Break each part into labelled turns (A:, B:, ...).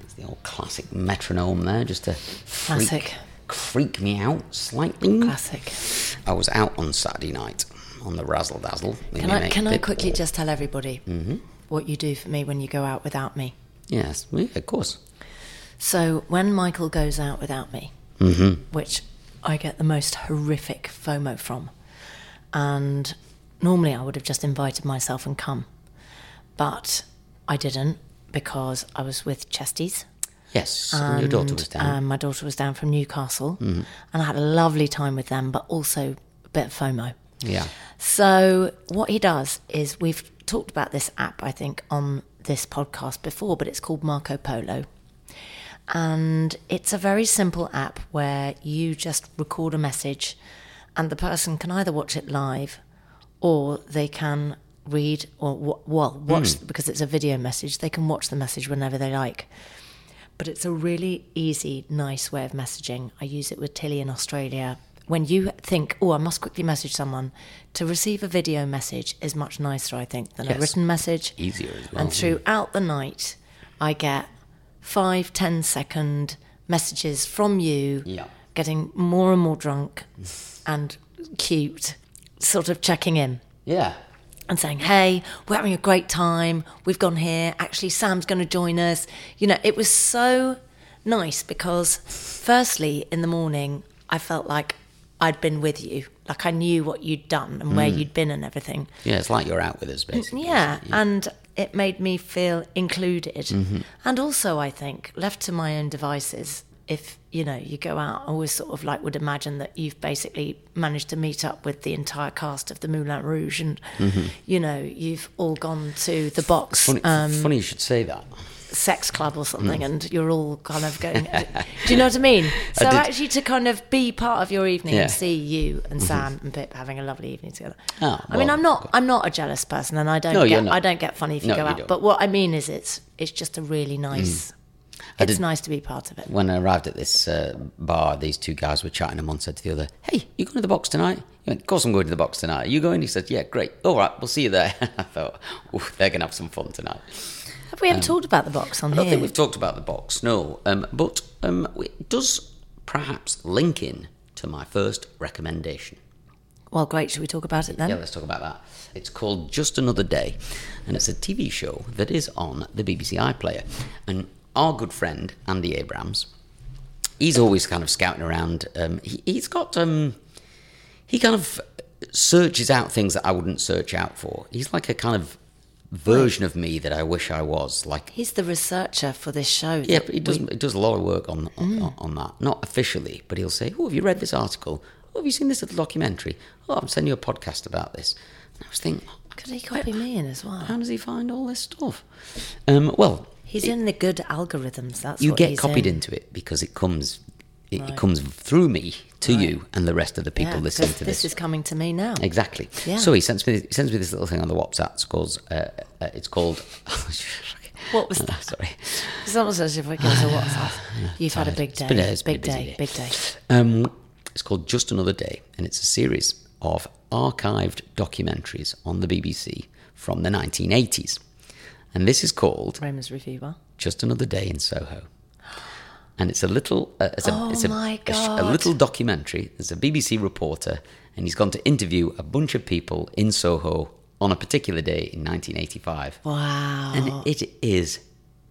A: It's the old classic metronome there, just to freak,
B: Classic.
A: freak me out slightly.
B: Classic.
A: I was out on Saturday night on the Razzle Dazzle.
B: Can I, can I quickly just tell everybody what you do for me when you go out without me?
A: Yes, yeah, of course.
B: So when Michael goes out without me, which I get the most horrific FOMO from, and normally I would have just invited myself and come, but I didn't because I was with Chesties.
A: Yes, and your daughter was down.
B: Um, my daughter was down from Newcastle, and I had a lovely time with them, but also a bit of FOMO.
A: yeah.
B: So what he does is we've talked about this app, I think, on this podcast before, but it's called Marco Polo. And it's a very simple app where you just record a message and the person can either watch it live or they can read or wa- well watch because it's a video message they can watch the message whenever they like but it's a really easy, nice way of messaging. I use it with Tilly in Australia. When you think, oh, I must quickly message someone, to receive a video message is much nicer, I think, than
A: Yes.
B: a written message.
A: Easier as well.
B: And throughout the night, I get five, ten second messages from you,
A: Yeah.
B: getting more and more drunk and cute, sort of checking in
A: Yeah.
B: and saying, "Hey, we're having a great time. We've gone here. Actually, Sam's going to join us." You know, it was so nice because, firstly, in the morning, I felt like I'd been with you, like I knew what you'd done and where you'd been and everything.
A: Yeah, it's like you're out with us, basically.
B: Yeah, and it made me feel included. And also, I think, left to my own devices, if you know, you go out, I always sort of like would imagine that you've basically managed to meet up with the entire cast of the Moulin Rouge, and you know, you've all gone to the box
A: Funny,
B: um,
A: funny you should say that.
B: sex club
A: Hmm.
B: or something, and you're all kind of going, do you know what I mean? So,
A: did.
B: actually, to kind of be part of your evening
A: Yeah. Mm-hmm.
B: and see you and Sam and Pip having a lovely evening together.
A: Oh,
B: I mean,
A: well,
B: I'm not, I'm not a jealous person, and I don't,
A: No, you're
B: get,
A: not.
B: I don't get funny if you
A: No,
B: go
A: you
B: out.
A: don't. Mm.
B: But what I mean is, it's, it's just a really nice.
A: I
B: It's
A: did-
B: nice to be part of it.
A: When I arrived at this uh, bar, these two guys were chatting, and one said to the other, Hey, you going to the box tonight? He went, Of course I'm going to the box tonight. Are you going? He said, Yeah, great. All right, we'll see you there. I thought, Ooh, they're going to have some fun tonight.
B: Have we ever talked about the box on
A: Um, I don't
B: here?
A: think we've talked about the box, no. Um, but um, it does perhaps link in to my first recommendation.
B: well, great. Should we talk about it then?
A: Yeah, let's talk about that. It's called Just Another Day, and it's a TV show that is on the BBC iPlayer. And our good friend, Andy Abrams, he's always kind of scouting around. Um, he, he's got, um, he kind of searches out things that I wouldn't search out for. He's like a kind of version of me that I wish I was. Like,
B: He's the researcher for this show.
A: yeah,
B: that
A: but he
B: we- Mm.
A: does. He does a lot of work on on, on that. Not officially, but he'll say, "Oh, have you read this article? Oh, have you seen this little documentary? Oh, I'm sending you a podcast about this." And I was thinking,
B: Could he copy me in as well?
A: how does he find all this stuff? Um, well,
B: He's in the good algorithms. That's
A: you
B: what
A: get
B: he's
A: copied
B: in.
A: into it because it comes it, it comes through me to you and the rest of the people
B: Yeah,
A: listening
B: because
A: to
B: this
A: this.
B: is coming to me now.
A: Exactly.
B: Yeah.
A: So he sends me he sends me this little thing on the WhatsApp. It's called uh, uh, it's called uh,
B: What was that?
A: sorry.
B: It's almost as if I go to WhatsApp. You've had a big day.
A: been a- it's been a
B: big
A: busy
B: day,
A: day.
B: Big day.
A: Um, it's called Just Another Day, and it's a series of archived documentaries on the BBC from the 1980s. And this is called
B: Roma's review bar.
A: Just Another Day in Soho. And it's a little, uh, it's a,
B: Oh
A: it's a,
B: my
A: a sh- a
B: God.
A: little documentary. There's a BBC reporter, and he's gone to interview a bunch of people in Soho on a particular day in 1985,
B: Wow.
A: and it is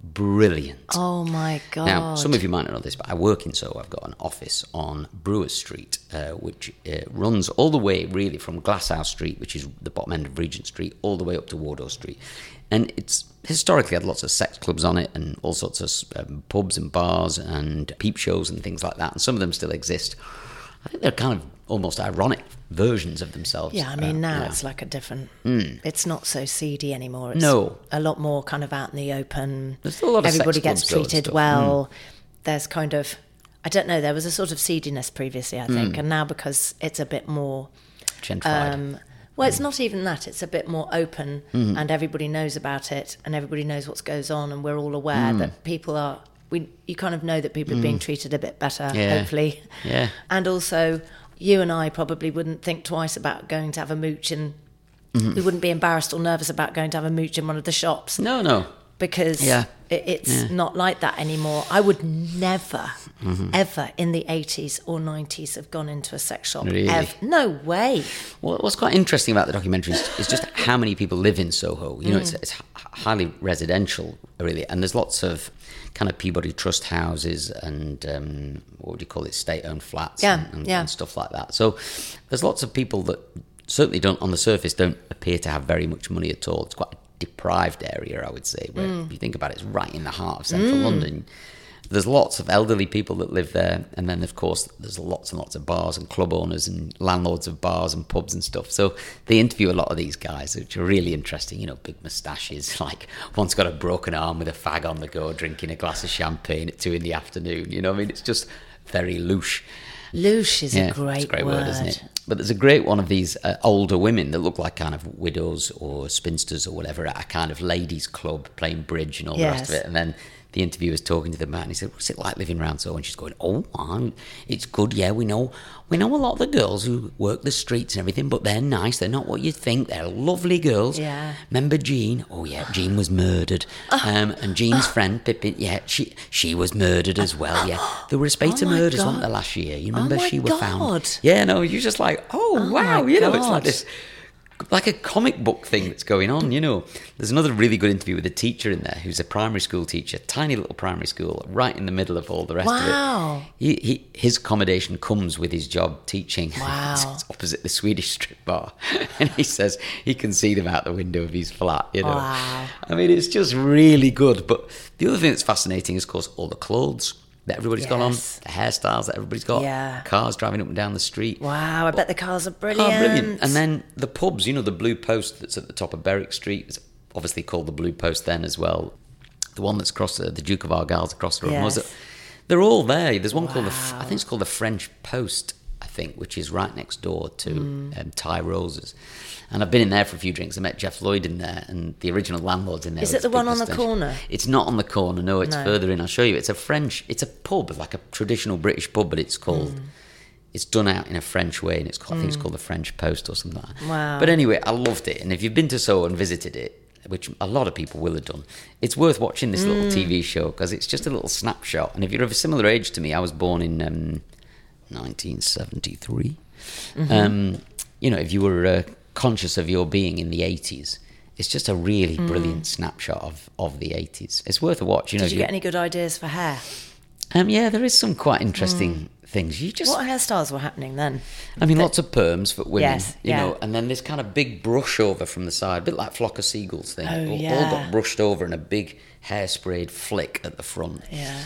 A: brilliant.
B: oh my god.
A: Now, some of you might not know this, but I work in Soho. I've got an office on Brewer Street, uh, which uh, runs all the way really from Glasshouse Street, which is the bottom end of Regent Street, all the way up to Wardour Street. And it's historically had lots of sex clubs on it and all sorts of um, pubs and bars and peep shows and things like that. And some of them still exist. I think they're kind of almost ironic versions of themselves. Uh,
B: Yeah, I mean, now it's like a different. It's not so seedy anymore. It's
A: Hmm. No.
B: a lot more kind of out in the open.
A: There's still a lot of sex
B: Everybody gets
A: clubs, though, and
B: treated
A: stuff. Hmm.
B: well. There's kind of, I don't know. There was a sort of seediness previously, I
A: Hmm.
B: think, and now because it's a bit more.
A: gentrified.
B: Um, well, it's not even that. It's a bit more open,
A: Mm-hmm.
B: and everybody knows about it, and everybody knows what goes on, and we're all aware
A: Mm.
B: that people are. We you kind of know that people are being treated a bit better,
A: Yeah.
B: hopefully.
A: Yeah.
B: And also, you and I probably wouldn't think twice about going to have a mooch, and
A: Mm-hmm.
B: we wouldn't be embarrassed or nervous about going to have a mooch in one of the shops
A: no, no.
B: because
A: Yeah.
B: it, it's not like that anymore. I would never,
A: Mm-hmm.
B: ever in the 80s or 90s have gone into a sex shop.
A: Really?
B: Ev- no way.
A: Well, what's quite interesting about the documentary is, is just how many people live in Soho. You know,
B: Mm.
A: it's, it's h- highly residential, really, and there's lots of kind of Peabody Trust houses and um, what would you call it, state-owned flats,
B: Yeah,
A: and, and,
B: yeah.
A: and stuff like that. So there's lots of people that certainly don't, on the surface, don't appear to have very much money at all. It's quite a deprived area, I would say. Where if you think about it, it's right in the heart of central London. There's lots of elderly people that live there, and then of course there's lots and lots of bars and club owners and landlords of bars and pubs and stuff. So they interview a lot of these guys, which are really interesting. You know, big moustaches. Like one's got a broken arm with a fag on the go, drinking a glass of champagne at two in the afternoon. You know, what I mean, it's just very louche.
B: Loosh is a great,
A: it's a great
B: word.
A: word. isn't it? But there's a great one of these uh, older women that look like kind of widows or spinsters or whatever at a kind of ladies' club playing bridge and all the rest of
B: Yes.
A: it. And then the interviewer's talking to the man and he said, "What's it like living around so?" And she's going, "Oh, man, it's good. Yeah, we know, we know a lot of the girls who work the streets and everything, but they're nice. They're not what you think. They're lovely girls.
B: Yeah. Oh.
A: Remember Jean? Oh yeah, Jean was murdered. Um, and Jean's friend Pippin, yeah, she she was murdered as well. Yeah, there were a spate of
B: Oh my
A: murders,
B: God.
A: wasn't there, last year? You remember
B: Oh my
A: she were
B: God.
A: found? Yeah, no, you're just like, oh,
B: Oh
A: wow,
B: my
A: you know, it's
B: God.
A: like this, like a comic book thing that's going on, you know. There's another really good interview with a teacher in there who's a primary school teacher, tiny little primary school, right in the middle of all the rest of it.
B: Wow.
A: He, he, his accommodation comes with his job teaching.
B: Wow.
A: it's, it's opposite the Swedish strip bar. And he says he can see them out the window of his flat, you know.
B: Wow.
A: I mean, it's just really good. But the other thing that's fascinating is, of course, all the clothes that everybody's got on,
B: Yes.
A: the hairstyles that everybody's got,
B: Yeah.
A: cars driving up and down the street.
B: Wow, I bet the cars are brilliant.
A: Oh, brilliant. And then the pubs, you know, the Blue Post that's at the top of Berwick Street, it's obviously called the Blue Post then as well. The one that's across uh, the, the Duke of Argyle's across the road. Was
B: Yes.
A: it? They're all there. There's one called the, F- I think it's called the French Post, I think, which is right next door to
B: Mm.
A: um, Ty Rose's. And I've been in there for a few drinks. I met Jeff Lloyd in there, and the original landlord's in there.
B: Is
A: with
B: it the
A: his big
B: one on the
A: moustache.
B: corner?
A: It's not on the corner. No, it's
B: No.
A: further in. I'll show you. It's a French. It's a pub, like a traditional British pub, but it's called. It's done out in a French way, and it's called, I think it's called the French Post or something like that.
B: Mm. Wow.
A: But anyway, I loved it, and if you've been to Seoul and visited it, which a lot of people will have done, it's worth watching this
B: Mm.
A: little TV show because it's just a little snapshot. And if you're of a similar age to me, I was born in um, 1973.
B: Mm-hmm.
A: Um, you know, if you were uh, conscious of your being in the 80s. It's just a really brilliant snapshot of, of the 80s. It's worth a watch. You know,
B: Mm. Did
A: if
B: you get any good ideas for hair?
A: um, yeah, there is some quite interesting things. You just,
B: Mm. What hairstyles were happening then?
A: I mean, lots of perms for women,
B: Yes,
A: you
B: yeah.
A: know, and then this kind of big brush over from the side, a bit like flock of seagulls thing.
B: Oh,
A: all, all
B: yeah.
A: got brushed over and a big hairsprayed flick at the front.
B: Yeah.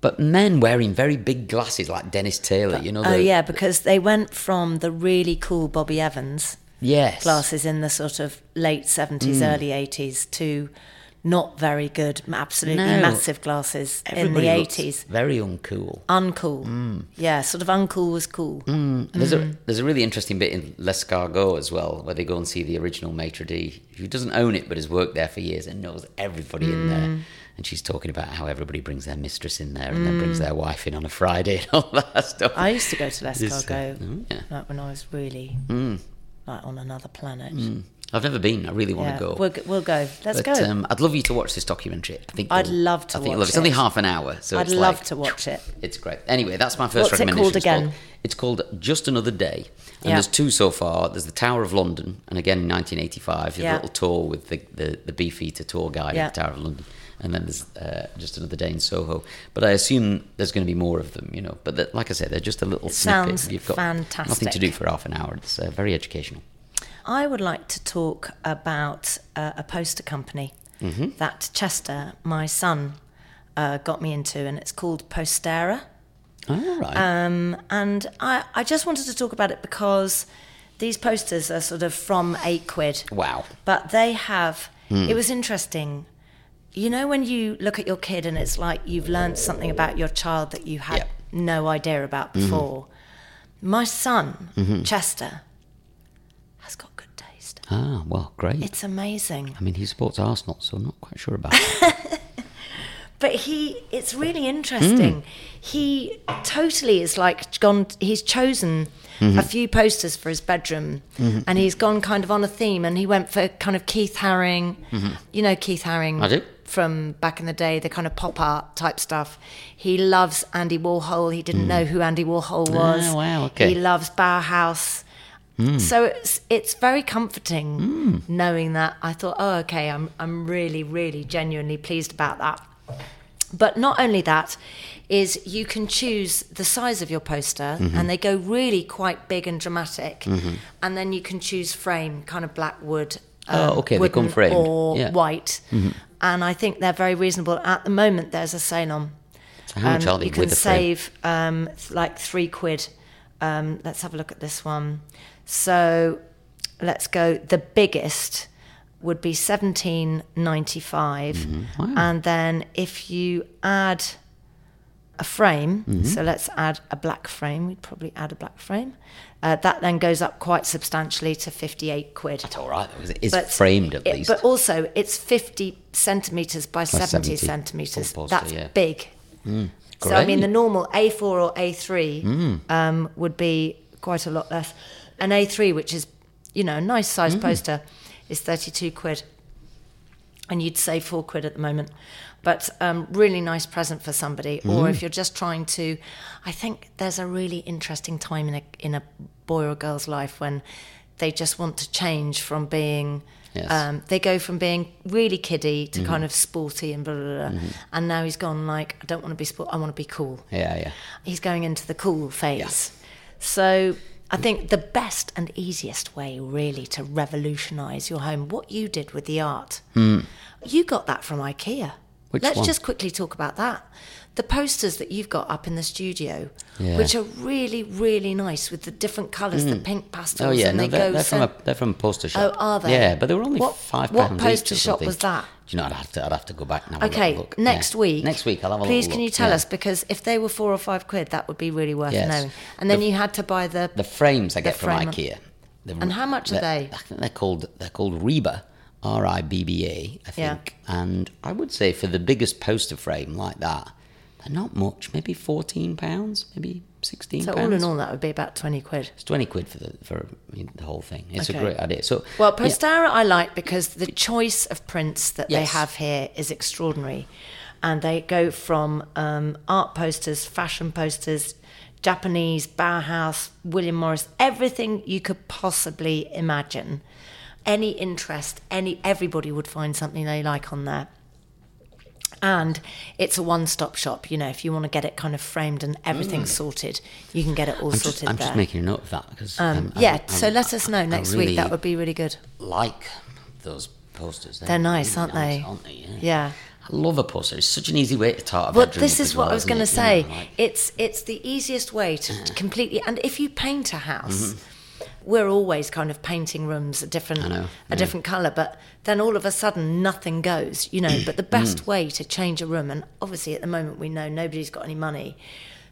A: But men wearing very big glasses, like Dennis Taylor, you know.
B: oh
A: the-
B: yeah, because they went from the really cool Bobby Evans
A: yes,
B: glasses in the sort of late seventies,
A: Mm.
B: early eighties to not very good, absolutely
A: No.
B: massive glasses in
A: Everybody
B: the
A: looks Mm.
B: eighties.
A: very uncool.
B: Uncool. Yeah, sort of uncool was cool.
A: Mm. There's
B: Mm.
A: a there's a really interesting bit in Lescargot as well, where they go and see the original maitre d, who doesn't own it but has worked there for years and knows everybody in there.
B: Mm.
A: And she's talking about how everybody brings their mistress in there and then brings their wife in on a Friday and all that stuff.
B: Mm. I used to go to
A: This-
B: Lescargo
A: Oh, yeah.
B: like when I was really
A: Mm.
B: like on another planet.
A: I've never been. I really want
B: Yeah,
A: to go.
B: We'll, g- we'll go. Let's
A: but
B: go.
A: Um, I'd love you to watch this documentary. I think
B: I'd
A: you'll-
B: love to
A: I think you'll
B: watch
A: love It's only
B: it.
A: half an hour, so
B: I'd
A: it's
B: love
A: like-
B: to watch it.
A: It's great. Anyway, that's my first
B: What's it called
A: recommendation. It's
B: again?
A: It's called Just Another Day. And
B: Yeah.
A: there's two so far. There's the Tower of London, and again in 1985, you have
B: Yeah.
A: a little tour with the, the, the Beefeater tour guide
B: Yeah.
A: at the Tower of London. And then there's uh, Just Another Day in Soho. But I assume there's going to be more of them, you know. But that- like I said, they're just a little
B: sounds
A: snippet. You've got nothing to
B: fantastic.
A: do for half an hour. It's uh, very educational.
B: I would like to talk about uh, a poster company
A: Mm-hmm.
B: that Chester, my son, uh, got me into, and it's called Postera.
A: Oh, right.
B: Um, and I, I just wanted to talk about it because these posters are sort of from eight quid.
A: Wow.
B: But they have, it was interesting. You know, when you look at your kid and it's like you've learned something about your child that you had
A: Yep.
B: no idea about before. My son, Chester, has got good taste.
A: ah, well, great.
B: It's amazing.
A: I mean, he supports Arsenal, so I'm not quite sure about that.
B: But he, it's really
A: Hmm.
B: interesting. He totally is like gone, he's chosen
A: Mm-hmm.
B: a few posters for his bedroom and he's gone kind of on a theme and he went for kind of Keith Haring. You know, Keith Haring.
A: Mm-hmm. I do.
B: From back in the day, the kind of pop art type stuff. He loves Andy Warhol. He didn't know who Andy Warhol was.
A: Mm-hmm. Ah, wow, okay. Hmm.
B: He loves Bauhaus. So it's it's very comforting knowing that. I thought, oh, okay, I'm I'm really really genuinely pleased about that. But not only that is you can choose the size of your poster,
A: Mm-hmm.
B: and they go really quite big and dramatic, and then you can choose frame, kind of black wood. um,
A: Oh, okay, they come
B: wooden
A: framed.
B: or
A: Yeah. Mm-hmm.
B: white, and I think they're very reasonable at the moment. There's a sale on
A: So how much
B: um,
A: are they
B: you
A: with
B: can
A: the frame?
B: save um, th- like three quid. Um, let's have a look at this one. So let's go. The biggest would be seventeen
A: Mm-hmm.
B: and then if you add a frame,
A: Mm-hmm.
B: so let's add a black frame. We'd probably add a black frame. Uh, that then goes up quite substantially to fifty-eight quid.
A: It's all right, though, 'cause it is
B: But
A: framed at
B: it-
A: least.
B: But also, it's 50 centimetres by
A: 70
B: 70, centimetres.
A: full poster,
B: That's
A: yeah.
B: big. So, I mean,
A: Great.
B: the
A: Hmm.
B: normal A4 or A3 um, would be quite a lot less. An A3, which is, you know, a nice size
A: Hmm.
B: poster, is 32 quid. And you'd save four quid at the moment. But um, really nice present for somebody. Or
A: Hmm.
B: if you're just trying to, I think there's a really interesting time in a, in a boy or girl's life when they just want to change from being
A: Yes. Hmm.
B: um, they go from being really kiddie to kind of sporty and blah blah blah, and now he's gone like I don't want to be sport, I want to be cool.
A: yeah, yeah.
B: He's going into the cool phase. So I think the best and easiest way really to revolutionise your home, what you did with the art, you got that from IKEA.
A: Hmm. Which
B: Let's
A: one?
B: just quickly talk about that. The posters that you've got up in the studio,
A: Yeah.
B: which are really, really nice with the different colours, the pink pastels,
A: Oh, yeah,
B: and
A: no,
B: they
A: they're,
B: go
A: they're, from
B: so-
A: a, they're from a poster shop.
B: are they?
A: Yeah, but they were only
B: What-
A: five
B: what
A: pounds
B: poster
A: each or
B: shop
A: something.
B: was that?
A: Do you know, I'd have to, I'd have to go back now. and have a
B: Okay,
A: look. Yeah.
B: next week.
A: Next week, I'll have a
B: Please,
A: little
B: can
A: look,
B: you tell
A: yeah.
B: us because if they were four or five quid, that would be really worth
A: Yes.
B: knowing. And then
A: The-
B: you had to buy the.
A: The frames I get from
B: frame-
A: IKEA. The-
B: And how much are
A: they're-
B: they?
A: I think they're called they're called Reba, R I B B A, I
B: Yeah.
A: think. And I would say for the biggest poster frame like that, they're not much. Maybe fourteen pounds, maybe sixteen.
B: so
A: pounds.
B: all in all, that would be about twenty quid.
A: it's twenty quid for the for I mean, the whole thing. It's
B: Okay.
A: a great idea. So
B: Well,
A: yeah.
B: Postara I like because the choice of prints that they
A: Yes.
B: have here is extraordinary, and they go from um, art posters, fashion posters, Japanese Bauhaus, William Morris, everything you could possibly imagine. Any interest, any everybody would find something they like on there. And it's a one-stop shop. You know, if you want to get it kind of framed and everything sorted, you can get it all
A: Mm. I'm,
B: sorted
A: just, I'm
B: there.
A: just making a note of that because um, I-
B: yeah,
A: I-
B: so let us
A: I
B: know next
A: really
B: week. That would be really good.
A: like those posters.
B: They're nice,
A: really
B: aren't they?
A: nice, Aren't they? Yeah.
B: Yeah.
A: I love a poster. It's such an easy way to tart a
B: Well,
A: bedroom
B: this
A: up
B: is
A: as
B: what
A: well,
B: I was
A: isn't
B: going to
A: it? You know,
B: say.
A: like-
B: It's it's the easiest way to to completely. And if you paint a
A: Mm-hmm.
B: house, we're always kind of painting rooms a different
A: I know,
B: a different color, but then all of a sudden nothing goes, you know. but the
A: Mm.
B: best way to change a room, and obviously at the moment we know nobody's got any money.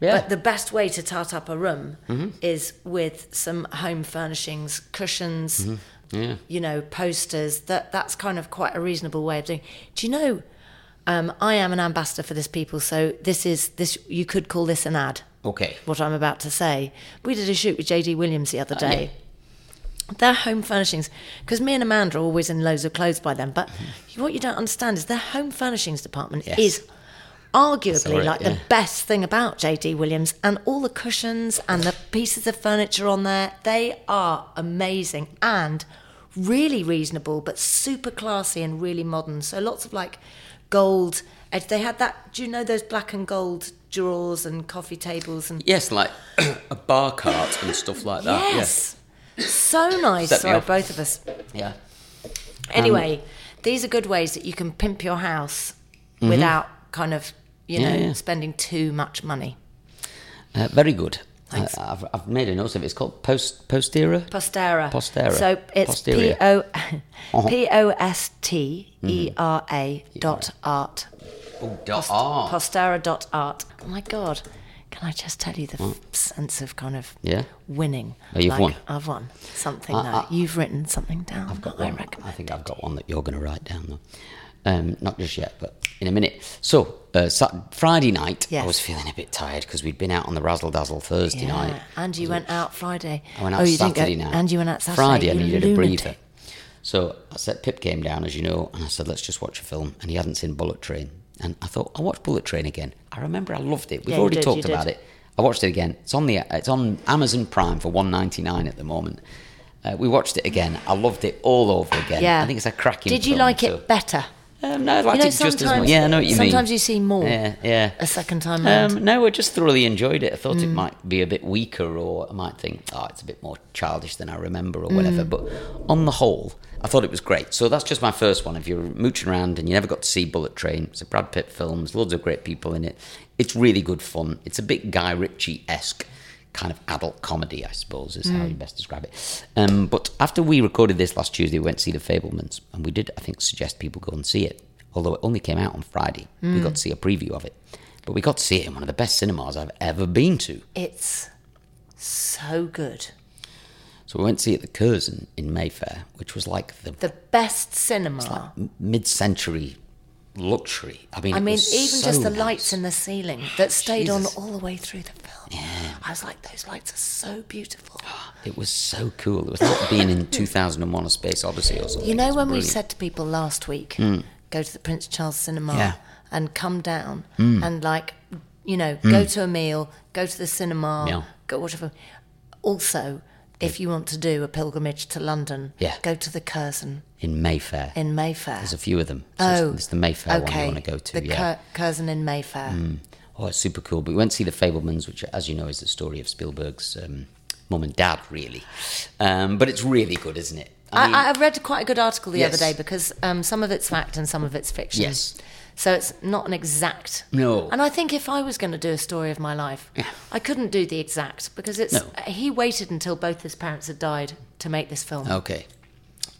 A: Yeah. Mm-hmm.
B: But the best way to tart up a room is with some home furnishings, cushions,
A: Mm-hmm. Yeah.
B: you know, posters. That that's kind of quite a reasonable way of doing. Do you know? Um, I am an ambassador for this people, so this is this. You could call this an ad.
A: Okay.
B: What I'm about to say. We did a shoot with JD Williams the other
A: yeah.
B: day. Their home furnishings, because me and Amanda are always in loads of clothes by then. But what you don't understand is their home furnishings department
A: Mm-hmm. Yes.
B: is arguably
A: it,
B: like
A: yeah.
B: the best thing about JD Williams and all the cushions and the pieces of furniture on there. They are amazing and really reasonable, but super classy and really modern. So lots of like gold. edge- They had that. Do you know those black and gold drawers and coffee tables and
A: Yes, like a bar cart and stuff like that.
B: yes, so nice.
A: Ah, Set me Um,
B: Sorry,
A: off.
B: both of us.
A: Yeah.
B: Anyway, these are good ways that you can pimp your house without kind of you
A: Mm-hmm. Yeah,
B: know
A: yeah.
B: spending too much money.
A: yeah. Uh, very good.
B: Thanks.
A: Uh, I've, I've made a note of it. It's called post postera.
B: Postera.
A: Postera.
B: So it's P
A: Posterior. Uh-huh.
B: O P O S T E R A
A: Mm-hmm.
B: dot art.
A: oh, dot R.
B: Postera dot art. Oh my God. Can I just tell you the f- sense of kind of
A: Yeah.
B: winning?
A: Mm. Oh, you've
B: like,
A: won. Ah,
B: I've won something
A: I-
B: now. You've written something down. I've
A: got
B: I
A: one. I
B: recommend.
A: think I've got one that you're going to write down though. Um, not just yet, but in a minute. So uh, Sat- Friday night, I
B: Yes.
A: was feeling a bit tired because we'd been out on the razzle dazzle Thursday night.
B: And you went out Friday.
A: I went out
B: oh, you didn't go-
A: Saturday night.
B: And you went out Saturday.
A: Friday, I
B: you
A: needed a
B: lunatic.
A: breather. So I said, Pip came down, as you know, and I said, let's just watch a film. And he hadn't seen Bullet Train. And I thought, I'll watch Bullet Train again. I remember I loved it. We've
B: Yeah, you
A: already
B: did,
A: talked
B: you
A: about
B: did.
A: it. I watched it again. It's on the it's on Amazon Prime for one ninety nine at the moment. Uh, we watched it again. I loved it all over again.
B: Yeah.
A: I think it's a cracking.
B: Did you
A: film,
B: like it
A: so-
B: better?
A: Um, no, I liked
B: know,
A: it just as much.
B: sometimes-
A: Yeah, I know what you mean.
B: sometimes you see more
A: Yeah, yeah.
B: A second time round.
A: Um, no, I just thoroughly enjoyed it. I thought it might be a bit weaker, or I might think, oh, it's a bit more childish than I remember, or whatever. But on the whole, I thought it was great. So that's just my first one. If you're mooching around and you never got to see Bullet Train, it's a Brad Pitt film. There's loads of great people in it. It's really good fun. It's a bit Guy Ritchie esque kind of adult comedy, I suppose, is
B: Hmm.
A: how you best describe it. Um, but after we recorded this last Tuesday, we went to see The Fablemans, and we did, I think, suggest people go and see it. Although it only came out on Friday,
B: Hmm.
A: we got to see a preview of it. But we got to see it in one of the best cinemas I've ever been to.
B: It's so good.
A: So we went to see it at the Curzon in Mayfair, which was like the
B: The best cinema.
A: mid-century luxury. I mean,
B: I
A: it
B: mean,
A: was
B: even
A: so
B: just the
A: nice.
B: lights in the ceiling that stayed
A: Jesus.
B: on all the way through the film. I was like, those lights are so beautiful.
A: It was so cool. It was like being in 2001: A Space Odyssey or something.
B: You know,
A: It was
B: when we
A: brilliant. Hmm.
B: said to people last week, go to the Prince Charles Cinema
A: Yeah. Hmm.
B: and come down and, like, you know, go to a meal, go to the cinema,
A: Yeah.
B: go watch a film. Also, if you want to do a pilgrimage to London,
A: Yeah.
B: go to the Curzon
A: in Mayfair,
B: in Mayfair.
A: There's a few of them. So it's-
B: Oh,
A: it's the Mayfair one you want to go to.
B: the
A: yeah.
B: Cur- Curzon in Mayfair.
A: oh, it's super cool. But we went to see The Fablemans, which, as you know, is the story of Spielberg's um, mum and dad, really. Um, but it's really good, isn't it?
B: I, I, read quite a good article the
A: Yes.
B: other day because um, some of it's fact and some of it's fiction.
A: Yes.
B: So it's not an exact.
A: No.
B: And I think if I was going to do a story of my life, I couldn't do the exact because it's.
A: No.
B: He waited until both his parents had died to make this film.
A: okay.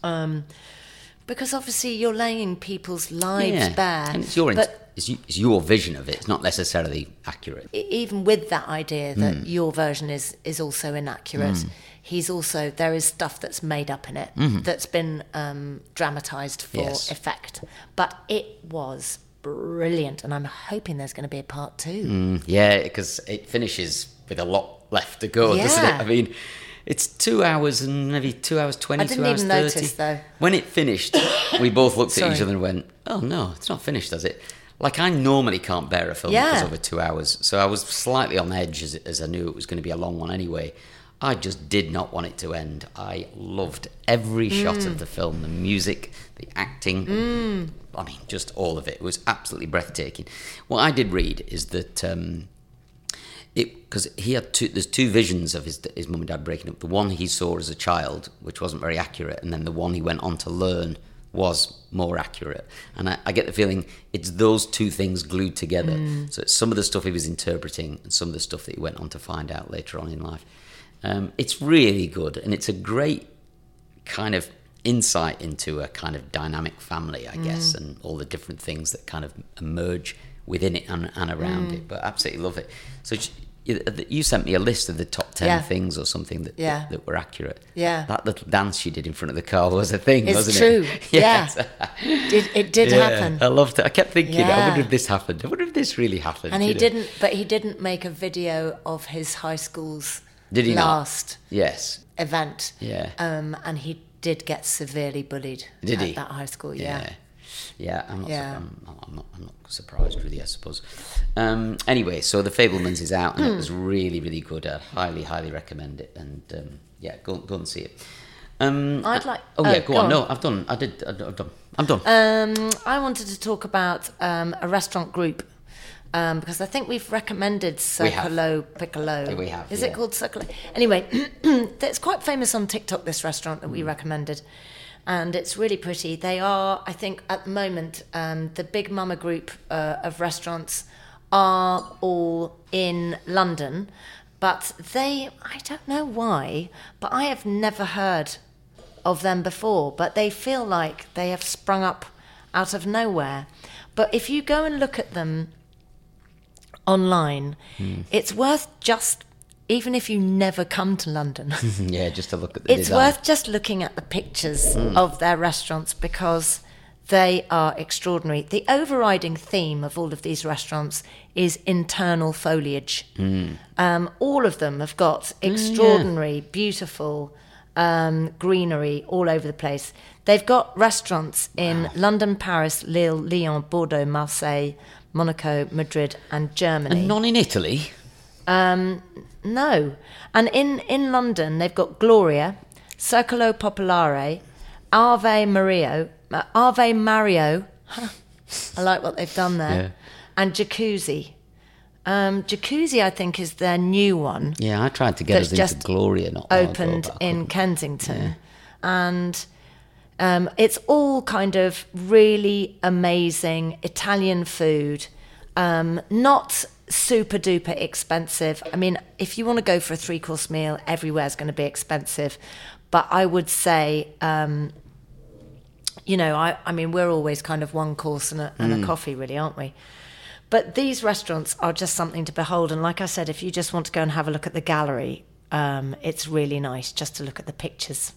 B: Because obviously you're laying people's lives bare.
A: And it's your,
B: but
A: it's, y- it's your vision of it. It's not necessarily accurate.
B: e- even with that idea that
A: Hmm.
B: your version is is also inaccurate, he's also there is stuff that's made up in it that's been um, dramatized for
A: Hmm. Yes.
B: effect. But it was brilliant, and I'm hoping there's going to be a part two.
A: Hmm. Yeah, because it finishes with a lot left to go, doesn't it?
B: Yeah.
A: I mean, it's two hours and maybe two hours twenty,
B: I didn't
A: two hours
B: even
A: 30.
B: notice, though.
A: When it finished, we both looked at each
B: Sorry.
A: other and went, "Oh no, it's not finished, does it?" Like I normally can't bear a film that's
B: Yeah.
A: over two hours, so I was slightly on edge as, as I knew it was going to be a long one anyway. I just did not want it to end. I loved every shot of the film, the music, the acting, I mean, just all of it. It was absolutely breathtaking. What I did read is that um, it because he had two. There's two visions of his his mum and dad breaking up. The one he saw as a child, which wasn't very accurate, and then the one he went on to learn was more accurate. And I, I get the feeling it's those two things glued together. So it's some of the stuff he was interpreting and some of the stuff that he went on to find out later on in life. Um, it's really good, and it's a great kind of insight into a kind of dynamic family, I
B: Mm.
A: guess, and all the different things that kind of emerge within it and, and
B: Mm.
A: around it. But I absolutely love it. So j- you uh, you sent me a list of the top 10
B: Yeah.
A: things or something that,
B: Yeah.
A: that, that were accurate.
B: Yeah.
A: That little dance you did in front of the car was a thing,
B: It's
A: wasn't
B: true.
A: it?
B: Yeah. Did, it did
A: Yeah,
B: happen.
A: I loved it. I kept thinking, I wonder
B: Yeah.
A: if this happened. I wonder if this really happened.
B: And he
A: you know.
B: didn't, but he didn't make a video of his high school's
A: Did he not?
B: last
A: Yes.
B: event.
A: Yeah.
B: Um, and he did get severely bullied
A: Did
B: at
A: he?
B: that high school.
A: Yeah. Yeah, I'm not, sur-
B: Yeah.
A: I'm, I'm not, I'm not surprised really, I suppose. Um, anyway, so The Fablemans is out and
B: Hmm.
A: it was really, really good. I highly, highly recommend it. And um, yeah, go, go and see it. Um,
B: I'd like-
A: Oh,
B: oh,
A: yeah, go,
B: go
A: on.
B: on.
A: No, I've done. I did. I- I've done. I'm done.
B: Um, I wanted to talk about um, a restaurant group um, because I think we've recommended
A: We have.
B: Circolo Piccolo.
A: We have,
B: Is
A: yeah.
B: it called Circolo? Anyway, it's quite famous on TikTok. This restaurant that
A: Mm.
B: we recommended, and it's really pretty. They are, I think, at the moment, um, the Big Mama group uh, of restaurants are all in London, but they, I don't know why, but I have never heard of them before, but they feel like they have sprung up out of nowhere. But if you go and look at them online, it's worth just, even if you never come to London,
A: yeah, just to look at the
B: it's
A: design.
B: worth just looking at the pictures of their restaurants because they are extraordinary. The overriding theme of all of these restaurants is internal foliage. Um, all of them have got extraordinary, beautiful um, greenery all over the place. They've got restaurants in London, Paris, Lille, Lyon, Bordeaux, Marseille, Monaco, Madrid, and Germany.
A: and none in Italy.
B: No. And in, in London, they've got Gloria, Circolo Popolare, Ave Mario, uh, Ave Mario. I like what they've done there.
A: Yeah.
B: And Jacuzzi. Um, Jacuzzi, I think, is their new one
A: Yeah, I tried to get us
B: That's
A: into
B: just
A: Gloria, not long ago,
B: opened
A: but I
B: in
A: couldn't.
B: Kensington. And um, it's all kind of really amazing Italian food, um, not super duper expensive. I mean, if you want to go for a three course meal, everywhere's going to be expensive. But I would say, um, you know, I, I mean, we're always kind of one course and a, and
A: Mm.
B: a coffee, really, aren't we? But these restaurants are just something to behold. And like I said, if you just want to go and have a look at the gallery, um, it's really nice just to look at the pictures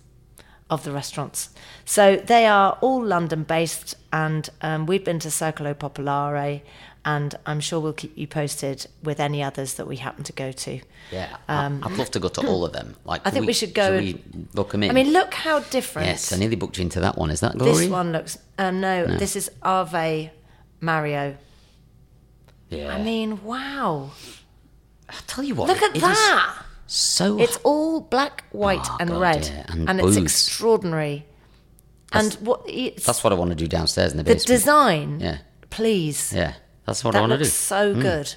B: of the restaurants. So they are all London based, and um, we've been to Circolo Popolare, and I'm sure we'll keep you posted with any others that we happen to go to.
A: Yeah, I- I'd love to go to all of them. Like,
B: um, I think we should go
A: Should we look 'em in?
B: I mean, look how different.
A: yes, I nearly booked you into that one. Is that Gloria?
B: this one looks. Um, no, this is Ave Mario.
A: Yeah.
B: I mean, wow.
A: I tell you what,
B: Look at
A: it is
B: that.
A: so
B: It's all black, white,
A: Oh,
B: and
A: God,
B: red,
A: yeah, and
B: it's
A: booze.
B: extraordinary. and what it's
A: That's what I want to do downstairs in the
B: the
A: basement.
B: design,
A: Yeah,
B: please.
A: yeah. Hmm. That's what I
B: that
A: want to
B: looks
A: do.
B: so good.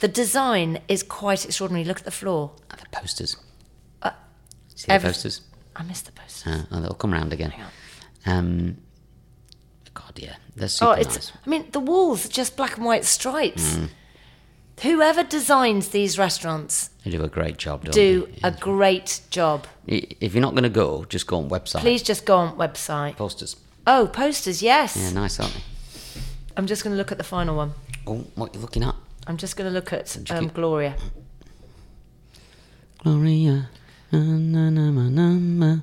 B: The design is quite extraordinary. Look at the floor.
A: And the posters. See
B: Uh, every-
A: the posters?
B: I missed the poster.
A: Uh, oh, they'll come round again. Um, God, yeah. They're super
B: Oh,
A: nice. Hmm.
B: it's. I mean, the walls are just black and white stripes. Whoever designs these restaurants
A: They do a great job, don't
B: do
A: they?
B: a great job.
A: I- If you're not going to go, just go on website.
B: Please just go on website.
A: Posters.
B: Oh, posters, yes.
A: Yeah, nice, aren't they?
B: I'm just going to look at the final one.
A: Oh, what are you looking at?
B: I'm just going to look at
A: Did you
B: um,
A: get-
B: Gloria.
A: Gloria. Na, na, na, na, na,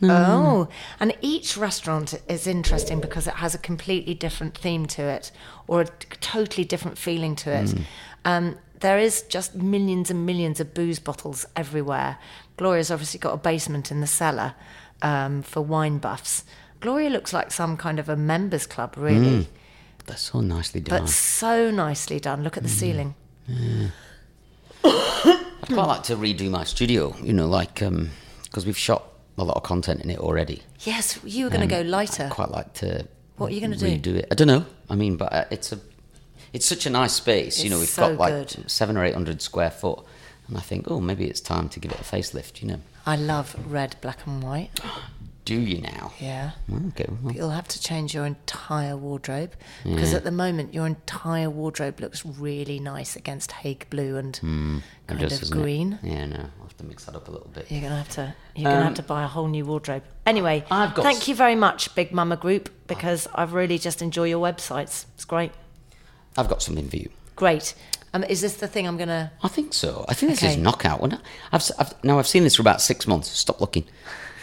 A: na.
B: Oh, and each restaurant is interesting because it has a completely different theme to it or a totally different feeling to
A: Mm.
B: it. Um, there is just millions and millions of booze bottles everywhere. Gloria's obviously got a basement in the cellar um, for wine buffs. Gloria looks like some kind of a members club,
A: Mm.
B: really,
A: They're so nicely
B: but
A: done.
B: so nicely done. Look at
A: Mm.
B: the ceiling.
A: I'd quite like to redo my studio, you know, like, because we've shot a lot of content in it already.
B: Yes, you were going to go lighter.
A: I'd quite like to.
B: What are you gonna do?
A: redo it? I don't know. I mean, but uh, it's a, it's such a nice space. you
B: It's
A: know, we've
B: so
A: got like
B: good.
A: seven or eight hundred square foot, and I think, oh, maybe it's time to give it a facelift. You know,
B: I love red, black, and white.
A: do you now?
B: Yeah.
A: Well, Okay. Well,
B: You'll have to change your entire wardrobe because at the moment your entire wardrobe looks really nice against Hague blue and
A: Hmm,
B: kind
A: does,
B: of
A: doesn't it?
B: green.
A: Yeah, no, I'll have to mix that up a little bit.
B: You're gonna have to you're gonna have to buy a whole new wardrobe. Anyway,
A: Um, I've got
B: thank
A: s-
B: you very much, Big Mama Group, because I've really just enjoy your websites. It's great,
A: I've got something for you.
B: great. Um, is this the thing I'm gonna?
A: I think so. I think this is
B: Okay.
A: knockout. When I, I've, s- I've now I've seen this for about six months. Stop looking.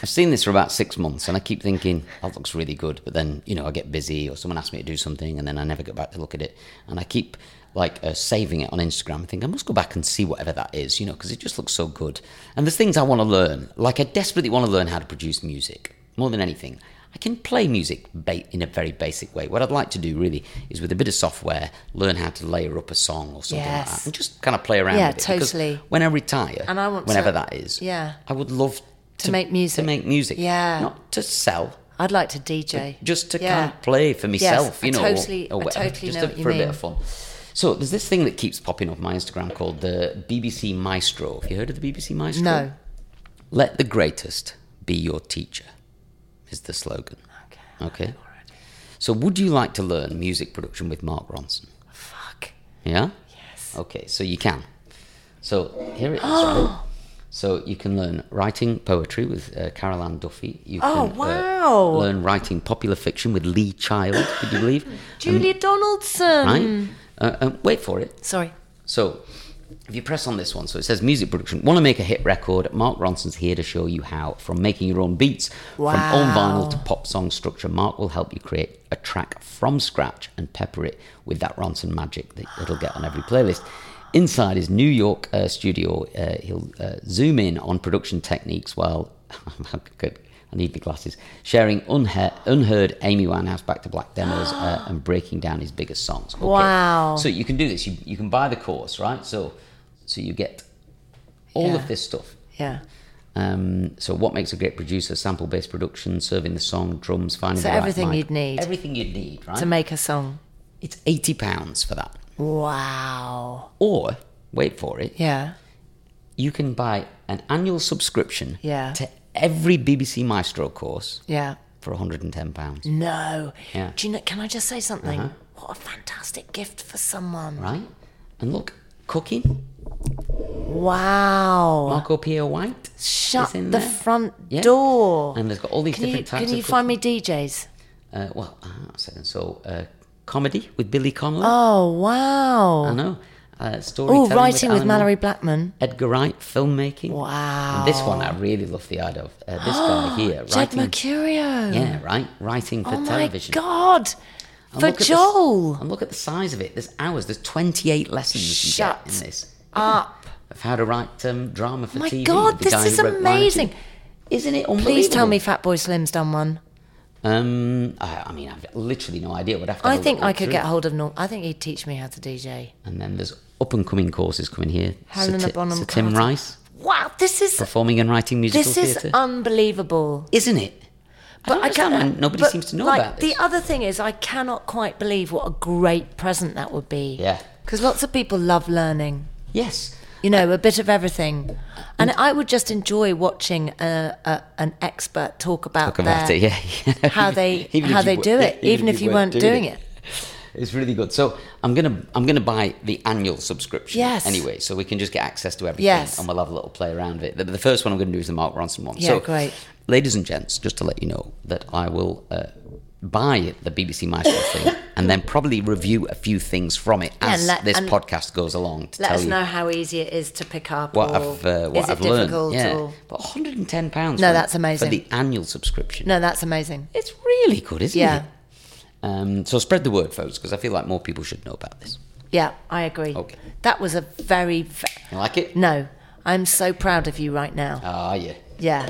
A: I've seen this for about six months, and I keep thinking that looks really good. But then you know I get busy, or someone asks me to do something, and then I never get back to look at it. And I keep like uh, saving it on Instagram. and think I must go back and see whatever that is, you know, because it just looks so good. And there's things I want to learn. Like I desperately want to learn how to produce music more than anything. I can play music ba- in a very basic way. What I'd like to do really is with a bit of software, learn how to layer up a song or something like
B: Yes.
A: that, and just kind of play around
B: Yeah,
A: with it, because
B: totally.
A: When I retire,
B: And I want
A: whenever
B: to-
A: that is,
B: yeah.
A: I would love to,
B: make music.
A: To make music,
B: Yeah.
A: not to sell,
B: I'd like to DJ.
A: Uh, just to
B: Yeah.
A: kind of play for myself,
B: I
A: you know, or-
B: totally-
A: or
B: I
A: whatever,
B: totally
A: just
B: know
A: to-
B: what you
A: for a
B: mean.
A: bit of fun. So there's this thing that keeps popping up my Instagram called the BBC Maestro. Have you heard of the BBC Maestro?
B: No.
A: Let the greatest be your teacher is the slogan.
B: Okay.
A: Okay. So would you like to learn music production with Mark Ronson?
B: Fuck.
A: Yeah.
B: Yes. Oh.
A: Okay, so you can. So here it is. right? So you can learn writing poetry with uh, Carol Ann Duffy. You
B: Oh,
A: can uh,
B: wow.
A: learn writing popular fiction with Lee Child. Could you believe? Um,
B: Julia Donaldson.
A: right? Uh, um, wait for it.
B: Sorry.
A: So, if you press on this one, so it says music production. Want to make a hit record? Mark Ronson's here to show you how. From making your own beats, from
B: Wow.
A: own vinyl to pop song structure, Mark will help you create a track from scratch and pepper it with that Ronson magic that it'll get on every playlist. Inside his New York uh, studio, uh, he'll uh, zoom in on production techniques while. Good. I need the glasses. Sharing unhe- unheard Amy Winehouse back to black demos uh, and breaking down his biggest songs. Okay.
B: Wow.
A: So you can do this. You, you can buy the course, right? So so you get all
B: Yeah.
A: of this stuff.
B: Yeah.
A: Um, so what makes a great producer? Sample based production, serving the song, drums, finding the
B: So
A: right
B: everything
A: mic.
B: you'd need.
A: Everything you'd need, right?
B: To make a song.
A: it's eighty pounds for that.
B: Wow.
A: Or wait for it,
B: Yeah.
A: you can buy an annual subscription
B: Yeah.
A: to every BBC Maestro course
B: Yeah.
A: for hundred and ten pounds.
B: Mm. No.
A: Yeah. Uh-huh.
B: Do you know, can I just say something? What a fantastic gift for someone.
A: Right? And look, cooking,
B: Wow.
A: Marco Pierre White.
B: Shut
A: is in
B: the
A: there.
B: front
A: Yeah.
B: door.
A: And there's got all these
B: can you,
A: different types
B: can
A: of
B: you find me DJs?
A: Uh, well, ah, second. So, uh, comedy with Billy Connolly.
B: Oh,
A: I
B: wow.
A: know. Uh,
B: Oh,
A: storytelling.
B: writing with,
A: Alan Moore.
B: Mallory Blackman.
A: Edgar Wright, filmmaking.
B: Wow.
A: And this
B: Oh.
A: one I really love the idea of. Uh, this guy here,
B: Jed
A: writing.
B: Mercurio.
A: Yeah, right. Writing for
B: oh,
A: television.
B: my God.
A: And
B: For
A: look at the s-
B: Joel.
A: and look at the size of it. There's hours. There's 28 lessons you can get in
B: Shut
A: this
B: Up.
A: of how to write um, drama for
B: my
A: TV.
B: God,
A: the
B: this
A: guy who
B: is
A: wrote Lion King.
B: amazing.
A: Isn't it unbelievable?
B: Please tell me Fat Boy Slim's done one.
A: Um, I, I mean, I've literally no idea. Would have to.
B: I
A: have a
B: think
A: look
B: I could
A: through.
B: get hold of Norm. I think he'd teach me how to DJ.
A: And then there's up and coming courses coming here.
B: Helena
A: Sir Ti-
B: Bonham
A: Sir Tim
B: Carter.
A: Rice,
B: Wow, this is
A: performing and writing musical
B: this is
A: theatre.
B: unbelievable.
A: Isn't it? But I, can't. nobody
B: but,
A: seems to know
B: like,
A: about this.
B: The other thing is, I cannot quite believe what a great present that would be.
A: yeah.
B: Because lots of people love learning,
A: Yes.
B: you know, a bit of everything.
A: Mm.
B: And I would just enjoy watching a, a, an expert talk about,
A: Talk about
B: their-
A: it. Yeah.
B: how they
A: Even if
B: how
A: you
B: they
A: were-
B: do
A: yeah,
B: it, even if you weren't doing it.
A: It's really good. So I'm gonna I'm gonna buy the annual subscription.
B: Yes.
A: Anyway, so we can just get access to everything.
B: Yes.
A: And we'll have a little play around with it. The, the first one I'm gonna do is the Mark Ronson one.
B: Yeah,
A: so,
B: great.
A: Ladies and gents, just to let you know that I will uh, buy the BBC Maestro thing and then probably review a few things from it as
B: and let-
A: this
B: and
A: podcast goes along to
B: Let
A: tell
B: us
A: you
B: know how easy it is to pick up.
A: what
B: or
A: I've uh, what
B: is
A: I've
B: it difficult?
A: learned. Yeah.
B: Or,
A: But 110 pounds.
B: No, that's amazing.
A: for the annual subscription.
B: no, that's amazing.
A: It's really good, isn't
B: Yeah.
A: it? Um, so spread the word, folks, because I feel like more people should know about this.
B: Yeah, I agree.
A: Okay.
B: That was a very, ve-
A: You like it?
B: no. I'm so proud of you right now.
A: Ah, yeah.
B: Yeah.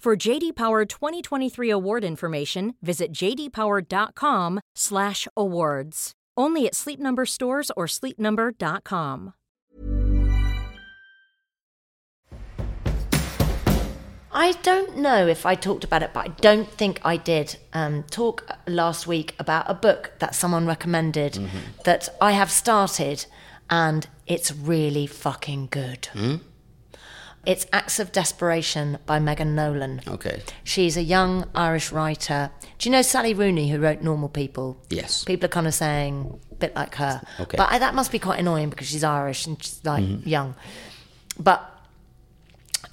C: For JD Power 2023 award information, visit jdpower.com/awards. Only at Sleep Number stores or sleepnumber.com.
B: I don't know if I talked about it, but I don't think I did um, talk last week about a book that someone recommended that I have started, and it's really fucking good. It's Acts of Desperation by Megan Nolan.
A: Okay.
B: She's a young Irish writer. Do you know Sally Rooney, who wrote Normal People?
A: Yes.
B: People are kind of saying a bit like her.
A: Okay. Mm-hmm.
B: But I, that must be quite annoying because she's Irish and she's like young. But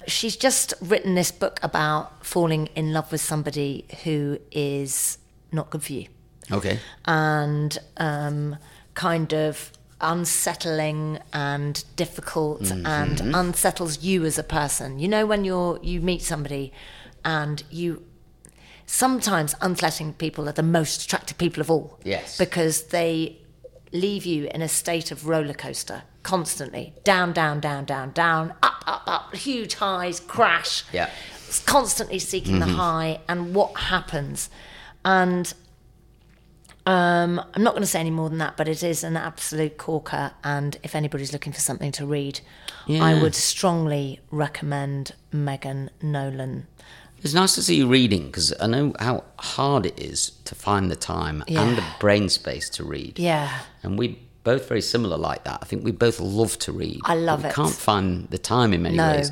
B: she's just written this book about falling in love with somebody who is not good for you
A: Okay.
B: and um, kind of unsettling and difficult and unsettles you as a person. You know when you're you meet somebody and you sometimes unsettling people are the most attractive people of all.
A: Yes.
B: Because they leave you in a state of roller coaster constantly. Down, down, down, down, down, up, up, up, huge highs, crash.
A: Yeah. Mm-hmm.
B: It's constantly seeking the high and what happens. And um, I'm not going to say any more than that, but it is an absolute corker. And if anybody's looking for something to read, I
A: Yeah.
B: would strongly recommend Megan Nolan.
A: It's nice to see you reading because I know how hard it is to find the time and the
B: Yeah.
A: brain space to read.
B: Yeah.
A: And we both very similar like that. I think we both love to read.
B: I
A: but
B: love
A: we
B: it.
A: can't find the time in many
B: No.
A: ways.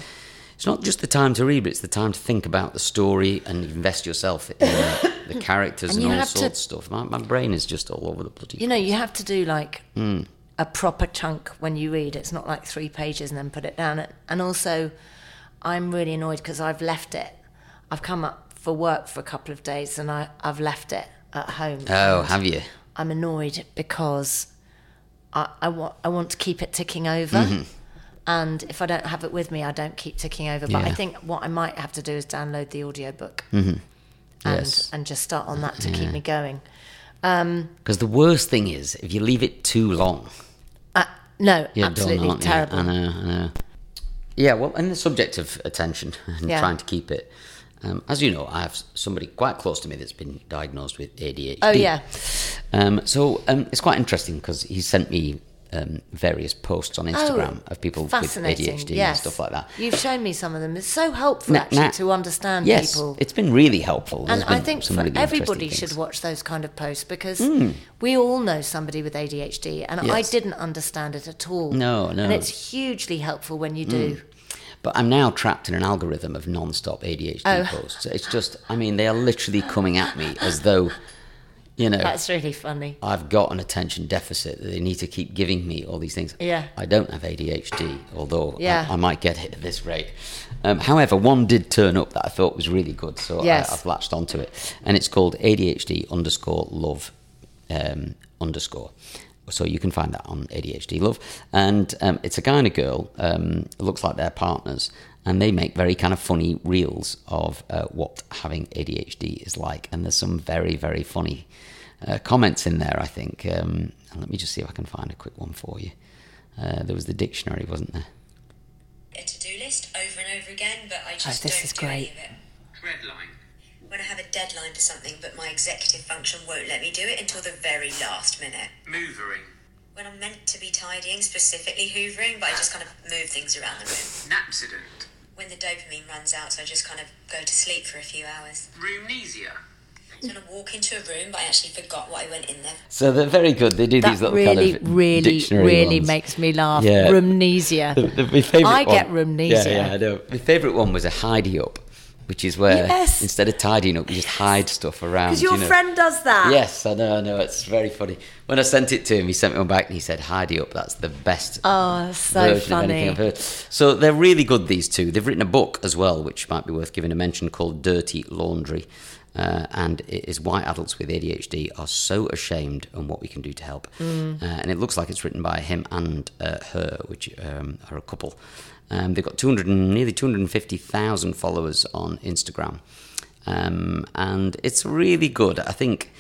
A: It's not just the time to read, but it's the time to think about the story and invest yourself in the, the characters
B: And
A: and,
B: you
A: all
B: have to-
A: sorts of stuff. My, my brain is just all over the bloody.
B: You know, you have to do like
A: Hmm.
B: a proper chunk when you read. It's not like three pages and then put it down. And also, I'm really annoyed because I've left it. I've come up for work for a couple of days and I, I've left it at home.
A: oh, have you?
B: I'm annoyed because I, I, wa- I want to keep it ticking over.
A: Mm-hmm.
B: And if I don't have it with me, I don't keep ticking over. But I
A: Yeah. Mm,
B: think what I might have to do is download the audiobook and,
A: Yes.
B: and just start on that to keep me going.
A: Because the worst thing is if you leave it too long.
B: Uh, no,
A: You're done,
B: absolutely
A: aren't you?
B: terrible.
A: I know, I know. Yeah, well, and the subject of attention and
B: Yeah.
A: trying to keep it. Um, as you know, I have somebody quite close to me that's been diagnosed with ADHD.
B: Oh, yeah.
A: Um, so um, it's quite interesting because he sent me um, various posts on Instagram of people with
B: Oh, Fascinating.
A: ADHD and
B: yes.
A: stuff like that.
B: You've shown me some of them. It's so helpful
A: Now-
B: actually
A: now-
B: to understand
A: yes,
B: people.
A: it's been really helpful.
B: and
A: There's
B: I
A: been
B: think
A: some
B: for
A: really interesting
B: everybody should
A: things. Hmm.
B: watch those kind of posts because we all know somebody with ADHD, and I
A: Yes.
B: didn't understand it at all.
A: No, no. Hmm.
B: And it's hugely helpful when you do.
A: But I'm now trapped in an algorithm of non-stop ADHD
B: Oh.
A: posts. It's just, I mean, they are literally coming at me as though, you know,
B: That's really funny.
A: I've got an attention deficit. They need to keep giving me all these things.
B: Yeah.
A: I don't have ADHD, although
B: Yeah.
A: I, I might get it at this rate. Um, however, one did turn up that I thought was really good, so
B: Yes.
A: I, I've latched onto it. And it's called ADHD underscore love um, underscore. So you can find that on ADHD Love. And um, it's a guy and a girl. Um, it looks like they're partners. And they make very kind of funny reels of uh, what having ADHD is like. And there's some very, very funny uh, comments in there, I think. Um, and let me just see if I can find a quick one for you. Uh, there was the dictionary, wasn't there?
D: a to-do list over and over again, but I just
B: Oh, this
D: don't
B: is
D: do any
B: great.
D: of it. When I have a deadline for something, but my executive function won't let me do it until the very last minute.
E: Movering.
D: When I'm meant to be tidying, specifically hoovering, but I just kind of move things around the room.
E: Napsident.
D: When the dopamine runs out, so I just kind of go to sleep for a few hours.
E: Roomnesia.
D: So I walk into a room, but I actually forgot what I went in there
A: So they're very good. They do these
B: That
A: little
B: really,
A: kind of
B: really,
A: dictionary
B: really
A: ones.
B: makes me laugh.
A: Yeah.
B: Roomnesia.
A: The- the- my favourite
B: I get
A: one-
B: roomnesia.
A: Yeah, yeah, I know. My favourite one was a hidey up, which is where
B: Yes.
A: instead of tidying up, you just hide stuff around.
B: Because your
A: you know.
B: friend does that.
A: Yes, I know, I know. It's very funny. When I sent it to him, he sent me one back and he said, "Hidey up. That's the best
B: Oh, so
A: version of anything
B: funny.
A: I've heard." So they're really good. These two. They've written a book as well, which might be worth giving a mention, called "Dirty Laundry." Uh, and it is why adults with ADHD are so ashamed and what we can do to help.
B: Mm.
A: Uh, and it looks like it's written by him and uh, her, which um, are a couple. Um, they've got 200 and nearly 250,000 followers on Instagram. Um, and it's really good. I think,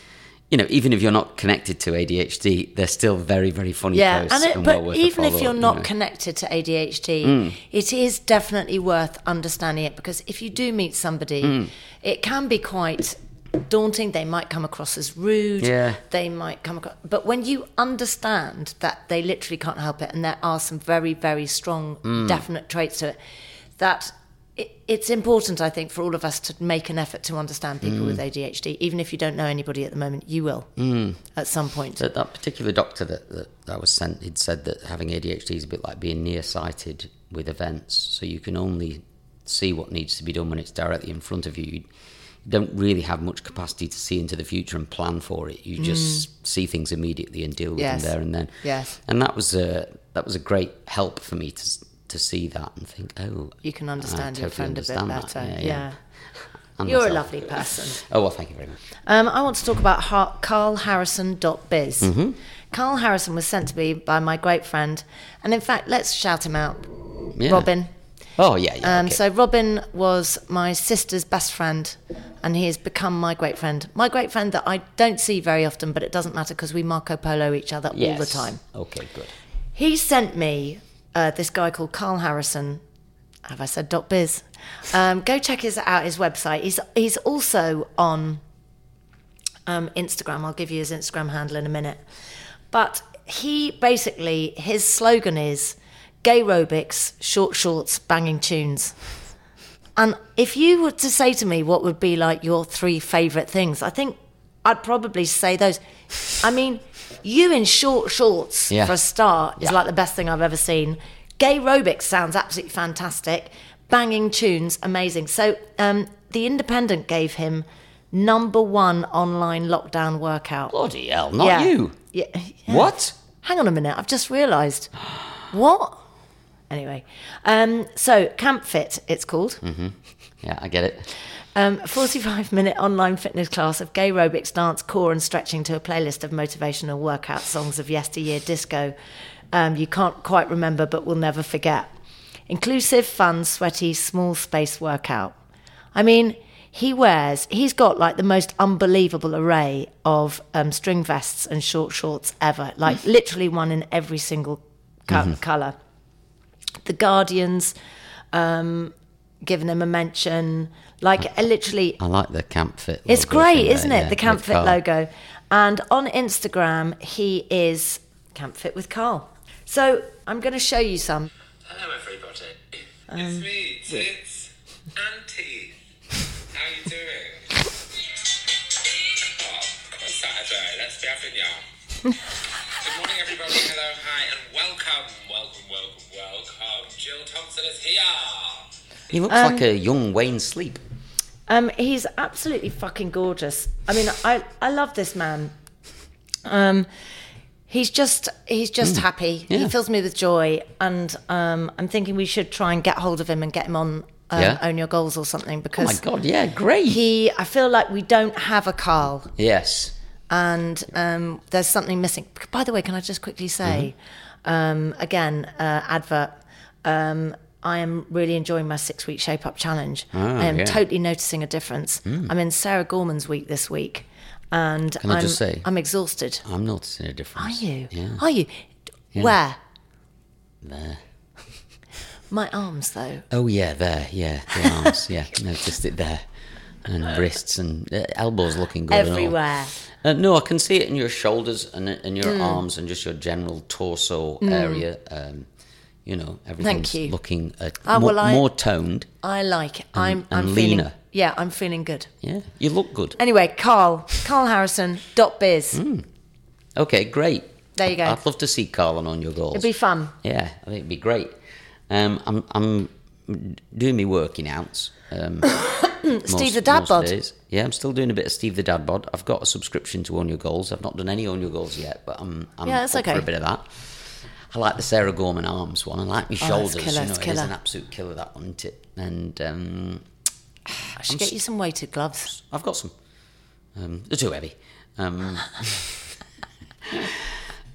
A: you know, even if you're not connected to ADHD, they're still very, very funny
B: Yeah,
A: posts.
B: and it,
A: well
B: but
A: worth a
B: even if
A: follow,
B: you're
A: you
B: not
A: know. Mm.
B: connected to ADHD, it is definitely worth understanding it because if you do meet somebody,
A: Mm.
B: it can be quite daunting. They might come across as rude.
A: Yeah.
B: They might come across, but when you understand that they literally can't help it, and there are some very, very strong,
A: Mm.
B: definite traits to it, that. it- It's important, I think, for all of us to make an effort to understand people with
A: Mm.
B: ADHD. Even if you don't know anybody at the moment, you will at some point.
A: that, that particular doctor that, that, that I was sent, he'd said that having ADHD is a bit like being nearsighted with events. So you can only see what needs to be done when it's directly in front of you. You don't really have much capacity to see into the future and plan for it. You just see things immediately and deal with
B: Mm. Yes.
A: them there and then.
B: Yes.
A: And that was a that was a great help for me to s- to see that and think, oh,
B: You can
A: I
B: understand your
A: totally
B: friend a bit
A: understand that.
B: better.
A: Yeah,
B: Yeah.
A: yeah. And
B: You're a
A: myself.
B: lovely person.
A: Oh well, thank you very much. Mm-hmm.
B: Um, I want to talk about har- carlharrison.biz. Carl Harrison was sent to me by my great friend, and in fact, let's shout him out,
A: Yeah.
B: Robin.
A: Oh yeah, yeah.
B: Um,
A: okay.
B: So Robin was my sister's best friend, and he has become my great friend. My great friend that I don't see very often, but it doesn't matter because we Marco Polo each other all the
A: Yes.
B: time.
A: Okay, good.
B: He sent me uh, this guy called Carl Harrison. Have I said dot biz? Um, go check his out his website. He's he's also on um, Instagram. I'll give you his Instagram handle in a minute. But he basically his slogan is gay aerobics, short shorts, banging tunes. And if you were to say to me what would be like your three favourite things, I think I'd probably say those. I mean, you in short shorts
A: Yeah.
B: for a start is
A: Yeah.
B: like the best thing I've ever seen. Gay aerobics sounds absolutely fantastic. Banging tunes, amazing. So um, the Independent gave him number one online lockdown workout.
A: Bloody hell, not
B: Yeah.
A: you.
B: Yeah.
A: What?
B: Hang on a minute, I've just realised. what? Anyway, um, so Camp Fit, it's called.
A: Yeah, I get it.
B: Um, 45 minute online fitness class of gay aerobics, dance, core, and stretching to a playlist of motivational workout songs of yesteryear disco um, you can't quite remember but will never forget. Inclusive, fun, sweaty, small space workout. I mean, he wears, he's got like the most unbelievable array of um, string vests and short shorts ever, like literally one in every single co- colour. The Guardians. Um, Giving him a mention, like uh, literally
A: I like the camp fit. logo
B: it's
A: thing
B: great,
A: there,
B: isn't it?
A: yeah,
B: the Camp
A: with
B: Fit
A: Carl.
B: logo. And on Instagram, he is Camp Fit with Carl. So I'm going to show you some.
E: Hello, everybody. it's me, Tits and Teeth. How you doing? oh, on Saturday, let's be having y'all. Good morning, everybody. Hello, hi, and welcome, welcome, welcome, welcome. Jill Thompson is here.
A: He looks like a young Wayne Sleep.
B: Um, he's absolutely fucking gorgeous. I mean, I, I love this man. Um, he's just he's just happy. He
A: Hmm. yeah.
B: fills me with joy, and um, I'm thinking we should try and get hold of him and get him on um,
A: Yeah.
B: Own Your Goals or something
A: Oh my
B: because
A: god, yeah, great.
B: he. I feel like we don't have a Carl.
A: yes.
B: and um, there's something missing. By the way, can I just quickly say,
A: Mm-hmm.
B: um, again, uh, advert. Um, I am really enjoying my six week shape up challenge. I am
A: Oh, yeah. Mm.
B: totally noticing a difference. I'm in Sarah Gorman's week this week, and
A: I
B: am
A: just say-
B: I'm exhausted.
A: I'm noticing a
B: Are
A: difference.
B: you?
A: Yeah.
B: Are you? Where?
A: There.
B: My arms, though.
A: Oh yeah, there. Yeah, the arms. yeah, noticed it there, and wrists and uh, elbows looking good. and all.
B: Everywhere. Hmm.
A: Uh, no, I can see it in your shoulders and in your arms and just your general torso area. Um, you know, everything's
B: you.
A: looking uh,
B: Ah,
A: more,
B: well, I-
A: more toned.
B: I like. I'm.
A: and
B: I'm feeling.
A: leaner.
B: Yeah, I'm feeling good.
A: Yeah, you look good.
B: Anyway, Carl. Carl Harrison. Dot biz.
A: Mm. Okay, great.
B: There you go.
A: I'd love to see Carlin on your goals.
B: It'd be fun.
A: Yeah, I think it'd be great. Um, I'm I'm doing my working outs. Um,
B: Steve the Dad Bod.
A: days. Yeah, I'm still doing a bit of Steve the Dad Bod. I've got a subscription to Own Your Goals. I've not done any Own Your Goals yet, but I'm I'm
B: Yeah, that's
A: up
B: okay.
A: for a bit of that. I like the Sarah Gorman arms one. I like my shoulders.
B: killer,
A: you know,
B: Oh, that's
A: it is
B: killer.
A: an absolute killer that one, isn't it? And um,
B: I should get you some weighted gloves.
A: I've got some. Um, they're too heavy. Um,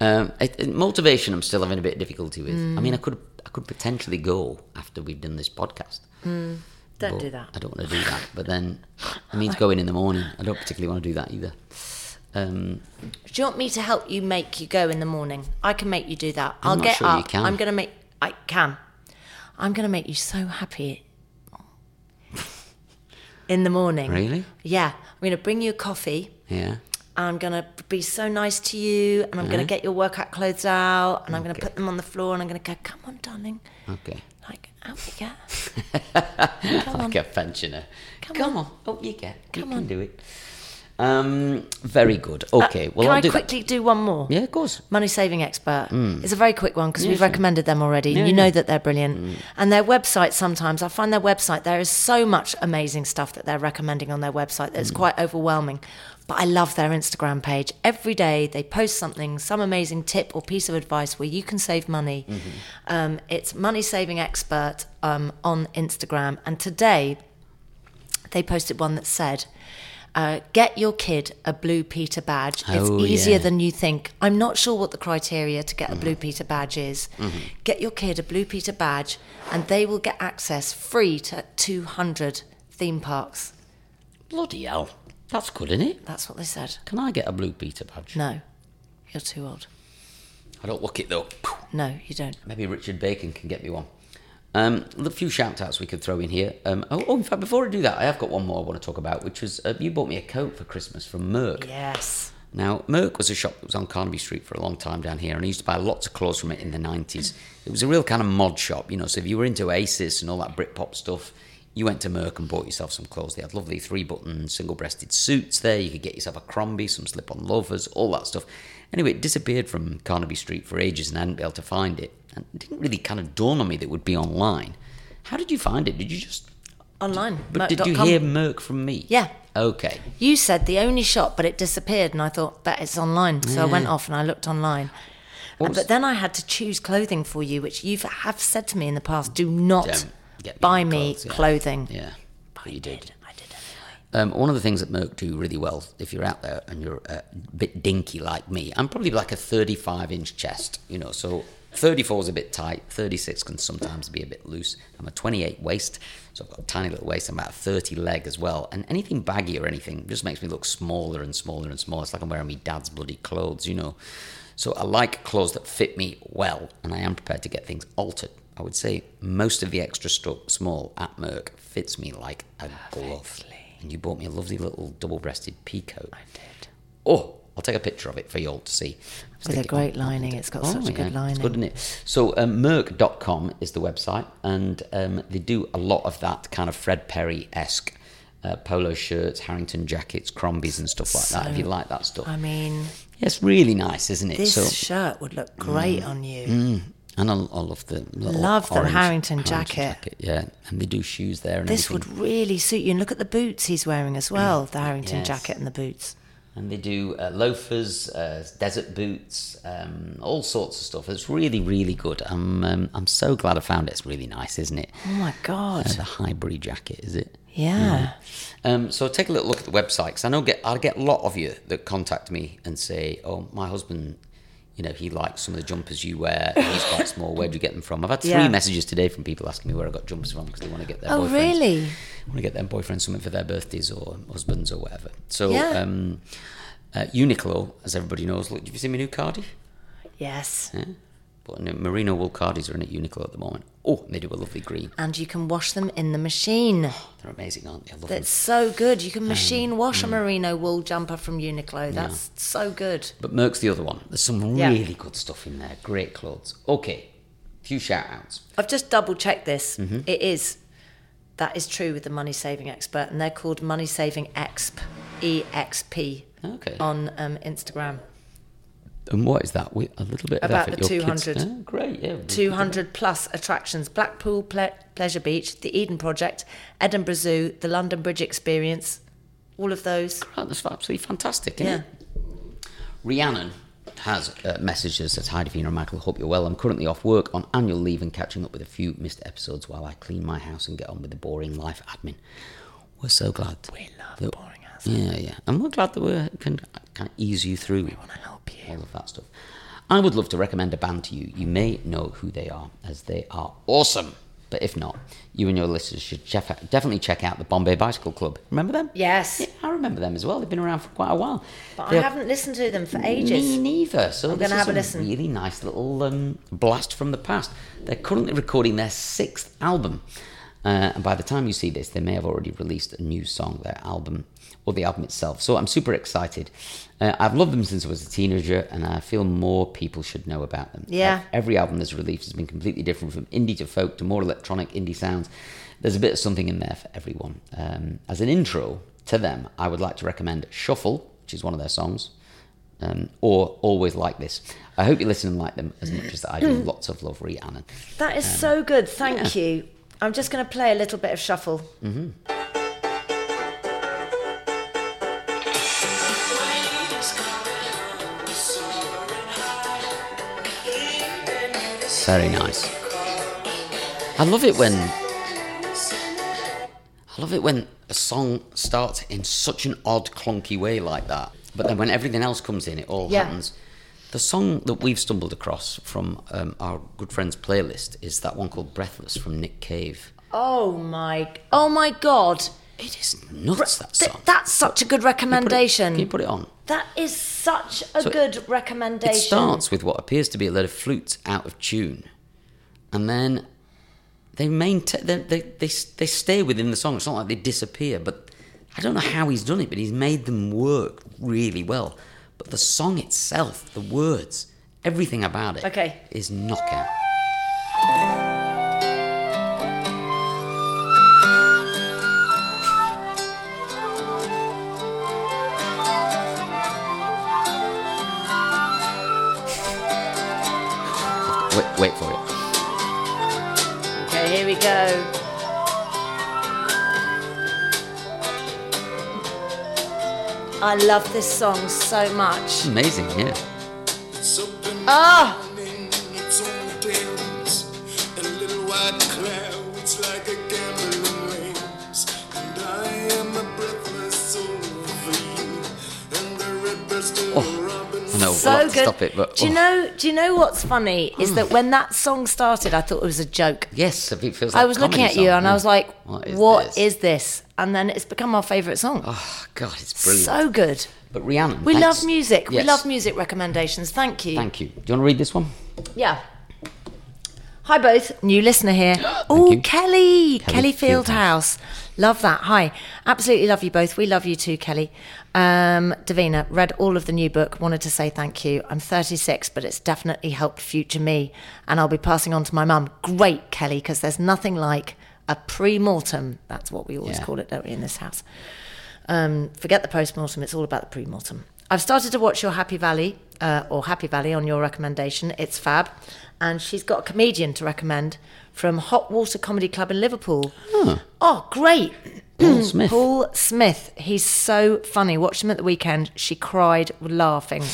A: um, it- it- motivation, I'm still having a bit of difficulty with. I mean, I could I could potentially go after we've done this podcast.
B: Don't
A: but
B: do that.
A: I don't want to do that. But then it means going in the morning. I don't particularly want to do that either. Um,
B: Do you want me to help you make you go in the morning? I can make you do that.
A: I'm
B: will
A: not
B: get
A: sure you
B: up.
A: can.
B: I'm gonna make. I can. I'm gonna make you so happy. In the morning.
A: Really?
B: Yeah. I'm gonna bring you a coffee.
A: yeah.
B: I'm gonna be so nice to you, and I'm gonna
A: Uh-huh.
B: get your workout clothes out, and I'm gonna put them on the floor, and I'm gonna go, "Come on, darling,
A: Okay.
B: like out we go."
A: like a pensioner.
B: Come
A: on. Oh, you get. Come on. do it. Um, very good. Okay. well,
B: Uh, can
A: I'll
B: I
A: do that.
B: quickly do one more?
A: Yeah, of course.
B: Money Saving Expert. It's a very quick one because we've recommended them already.
A: Mm. Yeah,
B: you know
A: yeah. Mm.
B: that they're brilliant. And their website sometimes, I find their website, there is so much amazing stuff that they're recommending on their website that it's
A: Mm.
B: quite overwhelming. But I love their Instagram page. Every day they post something, some amazing tip or piece of advice where you can save money.
A: Mm-hmm.
B: Um, it's Money Saving Expert um, on Instagram. And today they posted one that said, Uh, get your kid a Blue Peter badge.
A: Oh,
B: it's easier
A: yeah.
B: than you think. I'm not sure what the criteria to get a
A: Mm-hmm.
B: Blue Peter badge is. Get your kid a Blue Peter badge, and they will get access free to 200 theme parks.
A: Bloody hell. That's good, isn't it?
B: That's what they said.
A: Can I get a Blue Peter badge?
B: No, you're too old.
A: I don't look it though.
B: No, you don't.
A: Maybe Richard Bacon can get me one. Um, a few shout outs we could throw in here. Um, oh, oh, in fact, before I do that, I have got one more I want to talk about, which was uh, you bought me a coat for Christmas from Merck.
B: Yes.
A: Now, Merck was a shop that was on Carnaby Street for a long time down here, and I used to buy lots of clothes from it in the 90s. It was a real kind of mod shop, you know, so if you were into Oasis and all that Britpop stuff, you went to Merck and bought yourself some clothes. They had lovely three button, single breasted suits there. You could get yourself a Crombie, some slip on loafers, all that stuff. Anyway, it disappeared from Carnaby Street for ages, and I hadn't been able to find it. And it didn't really kind of dawn on me that it would be online. How did you find it? Did you just.
B: Online.
A: But did you
B: Merck.com.
A: hear Merck from me?
B: Yeah.
A: Okay.
B: You said the only shop, but it disappeared, and I thought that it's online. So I went off and I looked online.
A: What
B: Uh,
A: was-
B: but then I had to choose clothing for you, which you have said to me in the past: do not
A: Don't get me
B: buy
A: any
B: me
A: clothes, yeah.
B: clothing.
A: Yeah. But you did.
B: I did
A: Um,
B: anyway.
A: one of the things that Merck do really well, if you're out there and you're a bit dinky like me, I'm probably like a 35 inch chest, you know, so 34 is a bit tight, 36 can sometimes be a bit loose. I'm a 28 waist, so I've got a tiny little waist, I'm about a 30 leg as well. And anything baggy or anything just makes me look smaller and smaller and smaller. It's like I'm wearing my dad's bloody clothes, you know. So I like clothes that fit me well, and I am prepared to get things altered. I would say most of the extra stu- small at Merck fits me like a glove. And you bought me a lovely little double-breasted pea coat. I did. Oh, I'll take a picture of it for you all to see.
B: With
A: Stick
B: a
A: it on-
B: great
A: on
B: lining,
A: the-
B: it's got such a good
A: Oh, It's
B: lining.
A: good, isn't it? So um, Merck.com is the website, and um, they do a lot of that kind of Fred Perry-esque uh, polo shirts, Harrington jackets, Crombies and stuff like that, if you like that stuff.
B: I mean,
A: Yeah, it's really nice, isn't it?
B: this
A: so, Mm.
B: shirt would look great on you.
A: and I, I love the little
B: Love the
A: orange
B: Harrington jacket.
A: Yeah, and they do shoes there. And
B: This would
A: everything. Mm.
B: really suit you. And look at the boots he's wearing as well the Harrington
A: Yes.
B: jacket and the boots.
A: and they do uh, loafers, uh, desert boots, um, all sorts of stuff. It's really, really good. I'm um, I'm so glad I found it. It's really nice, isn't it?
B: Oh my God.
A: Uh, the Highbury jacket, is it?
B: yeah.
A: Um, so take a little look at the website because I know get I get a lot of you that contact me and say, "Oh, my husband, you know, he likes some of the jumpers you wear. and He's quite small. Where do you get them from?" I've had three
B: Yeah.
A: messages today from people asking me where I got jumpers from because they want to get their
B: Oh,
A: boyfriends,
B: really?
A: want to get their boyfriends something for their birthdays or husbands or whatever. So,
B: Yeah.
A: um, uh, Uniqlo, as everybody knows, look, have you seen my new Cardi?
B: Yes.
A: But no, merino wool Cardis are in at Uniqlo at the moment. Oh, and they do a lovely green.
B: And you can wash them in the machine.
A: They're amazing, aren't they? I love them.
B: That's so good. You can machine wash
A: Mm.
B: a merino wool jumper from Uniqlo. That's so good.
A: But Merck's the other one. There's some
B: Yeah.
A: really good stuff in there. Great clothes. Okay, few shout outs.
B: I've just double checked this.
A: Mm-hmm.
B: It is. That is true with the money saving expert, and they're called money saving exp, exp
A: Okay.
B: on um,
A: Mm.
B: Instagram.
A: and what is that? We, a little bit of
B: About
A: effort.
B: the
A: Your kids-
B: 200.
A: Oh, great, yeah.
B: 200 plus attractions Blackpool Ple- Pleasure Beach, the Eden Project, Edinburgh Zoo, the London Bridge Experience, all of those.
A: Right, that's absolutely fantastic, isn't
B: Yeah.
A: it? Rhiannon has uh, messaged us says, Hi, Davina and Michael. Hope you're well. I'm currently off work on annual leave and catching up with a few missed episodes while I clean my house and get on with the boring life admin. We're so glad. We love that, boring house. Yeah, yeah. And we're glad that we can, can ease you through. We want to help you. All of that stuff. I would love to recommend a band to you. You may know who they are, as they are awesome. But if not, you and your listeners should chef- definitely check out the Bombay Bicycle Club. Remember them?
B: Yes.
A: Yeah, I remember them as well. They've been around for quite a while.
B: But
A: They
B: I
A: are-
B: haven't listened to them for
A: Me
B: ages.
A: neither. So
B: I'm
A: this
B: gonna
A: is
B: have a listen.
A: really nice little um, blast from the past. They're currently recording their sixth album, uh, and by the time you see this, they may have already released a new song, their album, or the album itself. So I'm super excited. Uh, I've loved them since I was a teenager, and I feel more people should know about them.
B: Yeah.
A: Every album that's released has been completely different from indie to folk to more electronic indie sounds. There's a bit of something in there for everyone. Um, as an intro to them, I would like to recommend Shuffle, which is one of their songs, um, or Always Like This. I hope you listen and like them as much as I do. Lots of love, Rhiannon.
B: That is
A: Um,
B: so good. Thank you. I'm just going to play a little bit of shuffle.
A: Very nice. I love it when. I love it when a the song starts in such an odd, clunky way like that. But then when everything else comes in, it all
B: Yeah.
A: happens. The song that we've stumbled across from um, our good friend's playlist is that one called Breathless from Nick Cave.
B: Oh my! Oh my God!
A: It is nuts, that
B: Th-
A: song.
B: that's such a good
A: Put it-
B: recommendation.
A: Can you put it on?
B: That is such a
A: So it-
B: good recommendation.
A: It starts with what appears to be a load of flutes out of tune, and then they maintain they they, they they stay within the song. It's not like they disappear, but I don't know how he's done it, but he's made them work really well. But the song itself, the words, everything about it,
B: Okay.
A: is knockout. Wait, wait for it.
B: Okay, here we go. I love this song so much.
A: Amazing, yeah.
B: Ah!
A: I know,
B: so
A: we'll have
B: good.
A: to stop it, but
B: do you
A: oh. Hmm.
B: know? Do you know what's funny is that when that song started, I thought it was a joke.
A: Yes, it feels like
B: I was
A: a
B: looking
A: comedy
B: at you
A: song,
B: and I
A: yeah.
B: was like,
A: "What is this?"
B: this?" And then it's become our favourite song.
A: Oh, God, it's brilliant.
B: so good.
A: but Rihanna,
B: We
A: thanks.
B: love music. We
A: Yes.
B: love music recommendations. Thank you.
A: Thank you. Do you want to read this one?
B: Yeah. Hi both, new listener here. Oh,
A: you.
B: Kelly, Kelly,
A: Kelly
B: Fieldhouse. Love that. Hi. Absolutely love you both. We love you too, Kelly. Um, Davina, read all of the new book. Wanted to say thank you. I'm 36, but it's definitely helped future me, and I'll be passing on to my mum. Great, Kelly, because there's nothing like a pre-mortem. That's what we always
A: Yeah.
B: call it, don't we, in this house? Um, forget the post-mortem. It's all about the pre-mortem. I've started to watch your Happy Valley uh, or Happy Valley on your recommendation. It's fab, and she's got a comedian to recommend from Hot Water Comedy Club in Liverpool. Oh, great!
A: Paul Smith.
B: Paul Smith. He's so funny. Watched him at the weekend. She cried laughing.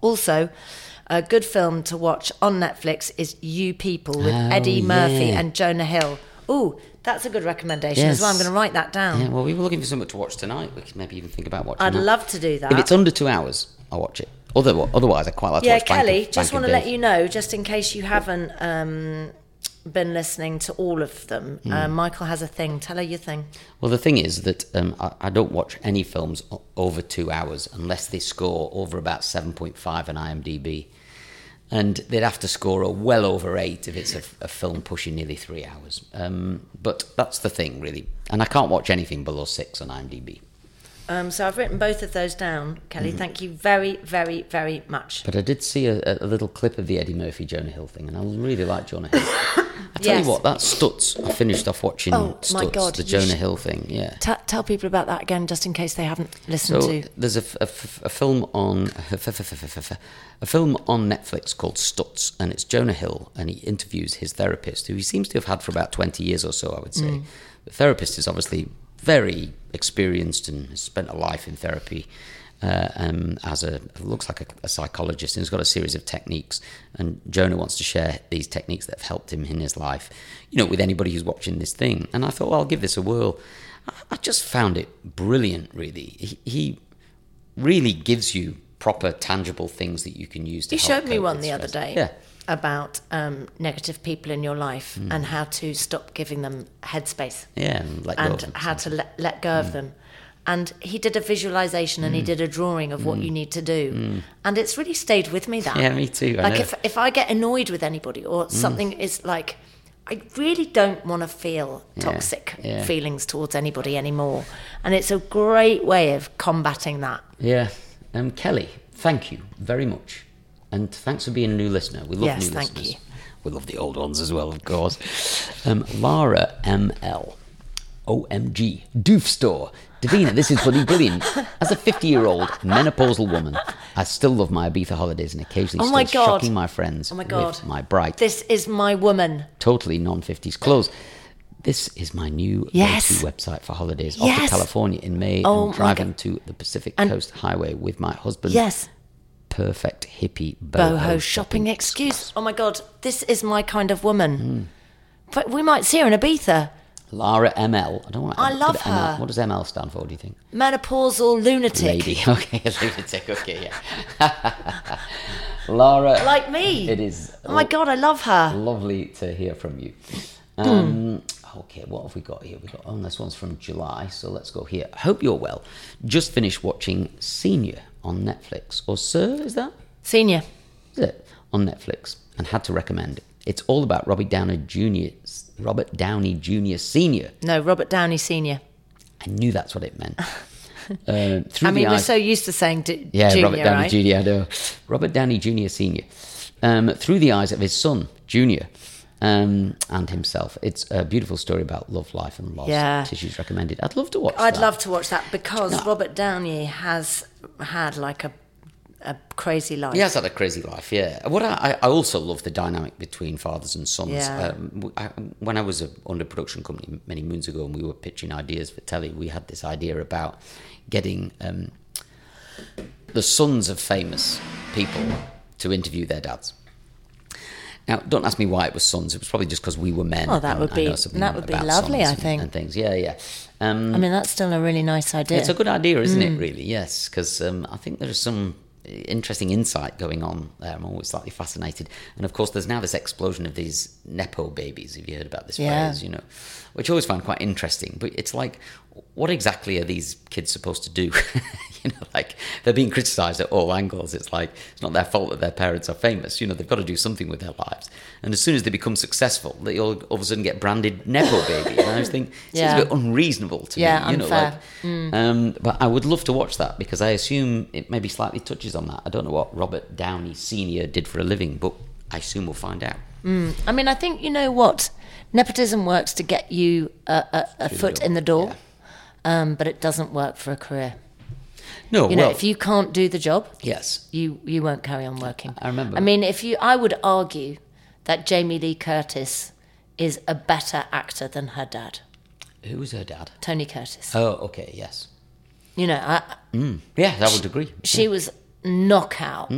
B: Also, a good film to watch on Netflix is You People with
A: Oh,
B: Eddie Murphy
A: yeah.
B: and Jonah Hill. Ooh, that's a good recommendation as well. I'm
A: Yes.
B: going to write that down.
A: Yeah, well, we were looking for something to watch tonight. We could maybe even think about watching
B: I'd
A: that.
B: love to do that.
A: If it's under two hours, I'll watch it. Otherwise, otherwise I quite like to
B: yeah,
A: watch Bank of-
B: Kelly, just
A: Bank
B: want
A: of
B: to let
A: Days.
B: you know, just in case you haven't um, been listening to all of them, uh, Michael has a thing. Tell her your thing.
A: Well, the thing is that um, I, I don't watch any films o- over two hours unless they score over about 7.5 on IMDb. And they'd have to score a well over eight if it's a, a film pushing nearly three hours. Um, but that's the thing, really. And I can't watch anything below six on IMDb.
B: Um, so I've written both of those down, Kelly.
A: Mm-hmm.
B: Thank you very, very, very much.
A: But I did see a, a little clip of the Eddie Murphy Jonah Hill thing, and I really like Jonah Hill. I tell
B: Yes.
A: you what, that Stutz. I finished off watching
B: Oh,
A: Stutz,
B: my God,
A: the
B: you
A: Jonah
B: should-
A: Hill thing. Yeah.
B: T- tell people about that again, just in case they haven't listened
A: So
B: to.
A: there's a, f- a f- a film on a film on Netflix called Stutz, and it's Jonah Hill, and he interviews his therapist, who he seems to have had for about twenty years or so, I would say. The therapist is obviously very experienced and has spent a life in therapy. Uh, um, as a looks like a, a psychologist, and he's got a series of techniques. And Jonah wants to share these techniques that have helped him in his life, you know, with anybody who's watching this thing. And I thought, well, I'll give this a whirl. I, I just found it brilliant, really. He, he really gives you proper tangible things that you can use to
B: You
A: help
B: showed me
A: cope
B: one
A: with
B: the other
A: stress.
B: day
A: yeah
B: about um, negative people in your life
A: Mm.
B: and how to stop giving them headspace.
A: yeah and let go
B: and
A: of them. Mm.
B: how to let, let go of them. And he did a visualization and he did a drawing of what you need to do. And it's really stayed with me that.
A: Mm. yeah me too I
B: like
A: know. Mm.
B: if, if I get annoyed with anybody or something is like, I really don't want to feel toxic
A: yeah.
B: feelings towards anybody anymore. And it's a great way of combating that.
A: yeah um kelly thank you very much and thanks for being a new listener we love
B: Yes,
A: new
B: thank
A: listeners
B: you.
A: we love the old ones as well of course um lara ml OMG, doof store. Davina, this is bloody brilliant. As a 50 year old menopausal woman, I still love my Ibiza holidays and occasionally
B: Oh my
A: still
B: God.
A: shocking my friends
B: Oh my God.
A: with my bright
B: This is my woman.
A: totally non 50s clothes. This is my new
B: Yes.
A: go-to website for holidays off
B: Yes.
A: to California in May and
B: Oh, my
A: driving
B: God.
A: to the Pacific
B: And-
A: Coast Highway with my husband.
B: Yes.
A: Perfect hippie boho,
B: boho shopping,
A: Hmm.
B: excuse. Oh my god, this is my kind of woman. But we might see her in Ibiza.
A: Lara ML. I don't want.
B: I love her.
A: What does ML stand for? Do you think?
B: Menopausal lunatic.
A: Lady. Okay, lunatic. Okay, yeah. Lara.
B: Like me.
A: It is.
B: Oh my God, I love her.
A: Lovely to hear from you.
B: Hmm.
A: Um, Okay, what have we got here? We got oh, and this one's from July, so let's go here. Hope you're well. Just finished watching Senior on Netflix, or Sir, is that?
B: Senior.
A: Is it on Netflix? And had to recommend it. It's all about Robert Downey Jr. Robert Downey Jr. Senior.
B: No, Robert Downey Senior.
A: I knew that's what it meant. Um, through
B: I mean,
A: the
B: we're
A: eyes,
B: so used to saying d-
A: yeah,
B: junior,
A: Robert Downey
B: right?
A: Jr. I know. Robert Downey Jr. Senior, um, through the eyes of his son Junior, um, and himself. It's a beautiful story about love, life, and loss.
B: Yeah.
A: tissues recommended. I'd love to watch.
B: I'd
A: that.
B: love to watch that because
A: No.
B: Robert Downey has had like a a crazy life.
A: He has had a crazy life, yeah. What I, I also love the dynamic between fathers and sons.
B: Yeah.
A: Um, w- I- when I was a, under a production company many moons ago, and we were pitching ideas for telly, we had this idea about getting um, the sons of famous people to interview their dads. Now, don't ask me why it was sons. It was probably just because we were men.
B: Oh, that
A: and
B: would
A: I
B: be-
A: know something
B: that would be
A: about
B: lovely,
A: sons
B: I
A: and-
B: think.
A: And things, yeah, yeah. Um,
B: I mean, that's still a really nice idea. Mm.
A: it's a good idea, isn't it? Really, yes, because um, I think there's some interesting insight going on there. I'm always slightly fascinated, and of course, there's now this explosion of these nepo babies. Have you heard about this
B: Yeah.
A: phrase? You know, which I always find quite interesting. But it's like, what exactly are these kids supposed to do? you know, like they're being criticised at all angles. It's like it's not their fault that their parents are famous. You know, they've got to do something with their lives. And as soon as they become successful, they all, all of a sudden get branded nepo baby. And I was thinking, it's
B: Yeah.
A: a bit unreasonable to
B: Yeah,
A: me. You know,
B: unfair. Mm.
A: like um, but I would love to watch that because I assume it maybe slightly touches on that. I don't know what Robert Downey Sr. did for a living, but I assume we'll find out.
B: I mean, I think you know what nepotism works to get you a, a, a
A: Through the
B: foot
A: door,
B: in the door, um, but it doesn't work for a career.
A: No,
B: You know,
A: well,
B: if you can't do the job,
A: yes,
B: you you won't carry on working.
A: I remember.
B: I mean, if you, I would argue that Jamie Lee Curtis is a better actor than her dad,
A: who was her dad?
B: Tony Curtis.
A: Oh, okay, yes,
B: You know, I,
A: yeah, Hmm. I would agree.
B: she was knockout.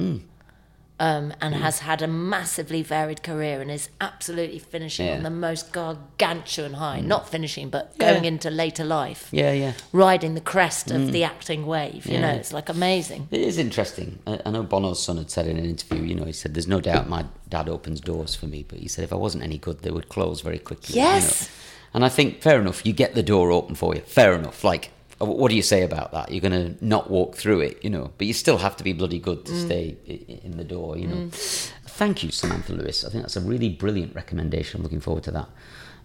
B: Um, and has had a massively varied career and is absolutely finishing
A: Yeah. Hmm.
B: on the most gargantuan high. Not finishing, but
A: Yeah.
B: going into later life,
A: Yeah, yeah.
B: riding the crest of the acting wave. You know,
A: Hmm. Yeah.
B: it's like amazing.
A: It is interesting. I, I know Bono's son had said in an interview, you know, he said, "There's no doubt my dad opens doors for me," but he said if I wasn't any good, they would close very quickly. you know.
B: Yes.
A: And I think fair enough. You get the door open for you. Fair enough. Like, uh, wh- what do you say about that? You're going to not walk through it, you know. But you still have to be bloody good to stay i- i- in the door, you know. Thank you, Samantha Lewis. I think that's a really brilliant recommendation. I'm looking forward to that.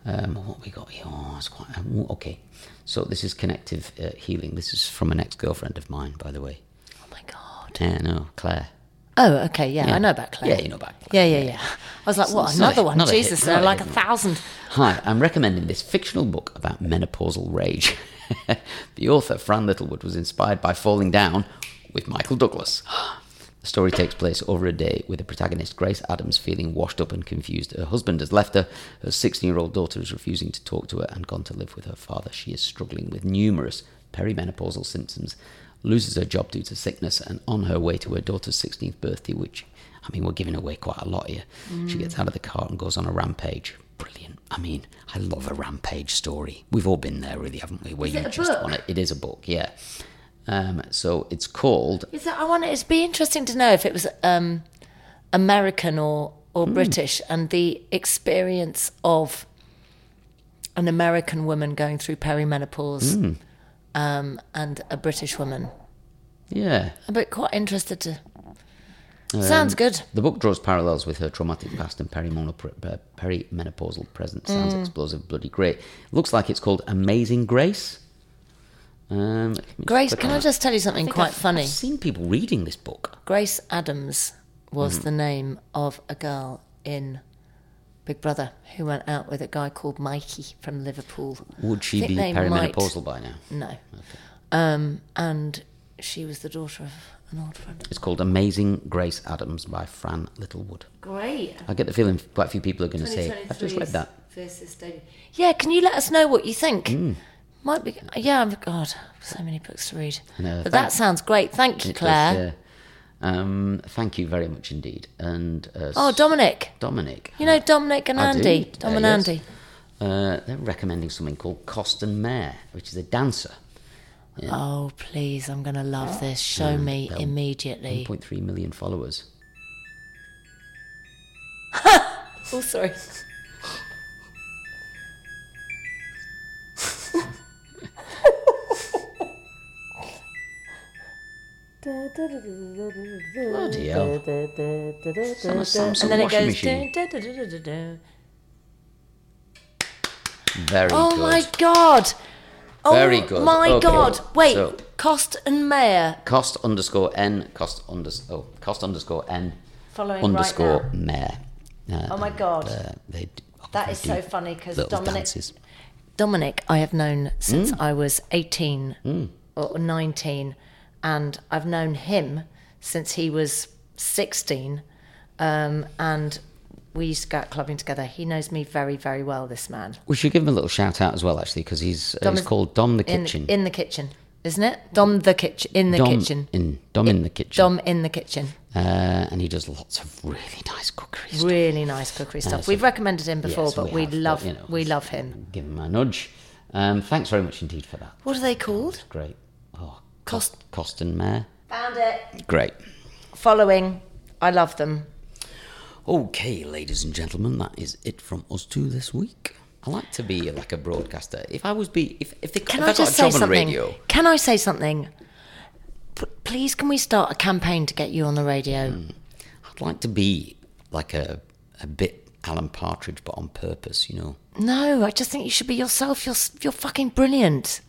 A: Um, what we got here? Oh, it's quite oh, okay. So this is connective uh, healing. This is from an ex-girlfriend of mine, by the way.
B: Oh my god.
A: Yeah, no, Claire.
B: Oh, okay, yeah,
A: Yeah.
B: I know about Claire.
A: Yeah, you know about
B: Yeah,
A: Claire,
B: yeah, yeah. I was like, what?
A: It's not
B: another
A: a-
B: one?
A: not a hit,
B: Jesus,
A: not
B: there are
A: a
B: like a
A: hit, no.
B: thousand.
A: Hi, I'm recommending this fictional book about menopausal rage. the author, Fran Littlewood, was inspired by Falling Down with Michael Douglas. The story takes place over a day with the protagonist, Grace Adams, feeling washed up and confused. Her husband has left her, her 16 year old daughter is refusing to talk to her, and gone to live with her father. She is struggling with numerous perimenopausal symptoms, loses her job due to sickness, and on her way to her daughter's 16th birthday, which, I mean, we're giving away quite a lot here. She gets out of the car and goes on a rampage. Brilliant. I mean, I love a rampage story. We've all been there, really, haven't we? Where
B: Is
A: you
B: it a
A: just
B: book?
A: want to. It is a book, yeah. Um, so it's called
B: Is that, I want it'd be interesting to know if it was um, American or, or British and the experience of an American woman going through perimenopause um, and a British woman.
A: Yeah.
B: I'm a bit quite interested to. Sounds good.
A: The book draws parallels with her traumatic past and perimonop- uh, perimenopausal present.
B: Mm.
A: Sounds explosive, bloody great. Looks like it's called Amazing Grace. Um, let me
B: Grace,
A: click
B: can
A: on
B: I
A: that.
B: just tell you something
A: think
B: quite
A: I've-
B: funny?
A: I've seen people reading this book.
B: Grace Adams was the name of a girl in Big Brother who went out with a guy called Mikey from Liverpool.
A: Would she
B: Think
A: be
B: they might-
A: perimenopausal by now?
B: No. Um, and she was the daughter of an old friend.
A: It's called Amazing Grace Adams by Fran Littlewood.
B: Great.
A: I get the feeling quite a few people are going to say, I've just read that.
B: Yeah, can you let us know what you think?
A: Hmm? Mm,
B: Might be. Yeah, I'm, God, so many books to read.
A: know,
B: but that
A: uh, thank-
B: sounds great. Thank you,
A: It was,
B: Claire.
A: uh, um, thank you very much indeed. And uh,
B: Oh, Dominic.
A: Dominic.
B: You know Dominic and
A: I do.
B: Andy.
A: Uh,
B: Dom and
A: yes.
B: Andy.
A: uh, they're recommending something called Coston Mare, which is a dancer.
B: Oh, please, I'm going to love this. Show me
A: Oh. Bell.
B: immediately.
A: 1.3 million followers.
B: Oh, sorry.
A: Bloody hell. Some- some sort
B: and then
A: of
B: it
A: washing
B: goes.
A: machine.
B: dun, dun, dun, dun, dun, dun.
A: Very
B: Oh
A: good.
B: my god! Oh
A: Very good.
B: my
A: Okay.
B: god! Wait,
A: So-
B: Cost and Mayor
A: Cost underscore N, cost unders oh, cost underscore N,
B: following
A: underscore
B: right now.
A: Mare. Uh,
B: Oh my
A: and,
B: God.
A: uh, they d-
B: That
A: they
B: is
A: do
B: so funny because
A: little
B: Dominic.
A: dances.
B: Dominic, I have known since
A: Mm.
B: I was 18 or 19, and I've known him since he was 16. Um, and we used to go out clubbing together. He knows me very, very well, this man.
A: We should give him a little shout out as well, actually, because he's, uh, he's
B: is-
A: called Dom the
B: In,
A: Kitchen.
B: in the kitchen, isn't it? Dom the kitchen. In the
A: Dom
B: kitchen.
A: in Dom in the kitchen.
B: Dom in the kitchen.
A: Uh, and he does lots of really nice cookery stuff.
B: Really nice cookery stuff. We've recommended him before,
A: Yes,
B: but
A: we
B: we,
A: have, but,
B: love
A: you know, Mm.
B: we
A: it's-
B: love him.
A: Give him a nudge. Um, thanks very much indeed for that.
B: What are they called?
A: Great. Oh,
B: Cost.
A: Cost and Mare.
B: Found it.
A: Great.
B: Following. I love them.
A: Okay, ladies and gentlemen, that is it from us two this week. I like to be like a broadcaster. If I was be, if if, they,
B: Can
A: if
B: I
A: I got
B: just
A: a
B: say
A: job on
B: something?
A: radio,
B: Can I say something? P- please, can we start a campaign to get you on the radio?
A: Hmm. I'd like to be like a a bit Alan Partridge, but on purpose. You know,
B: No, I just think you should be yourself. You're s- you're fucking brilliant.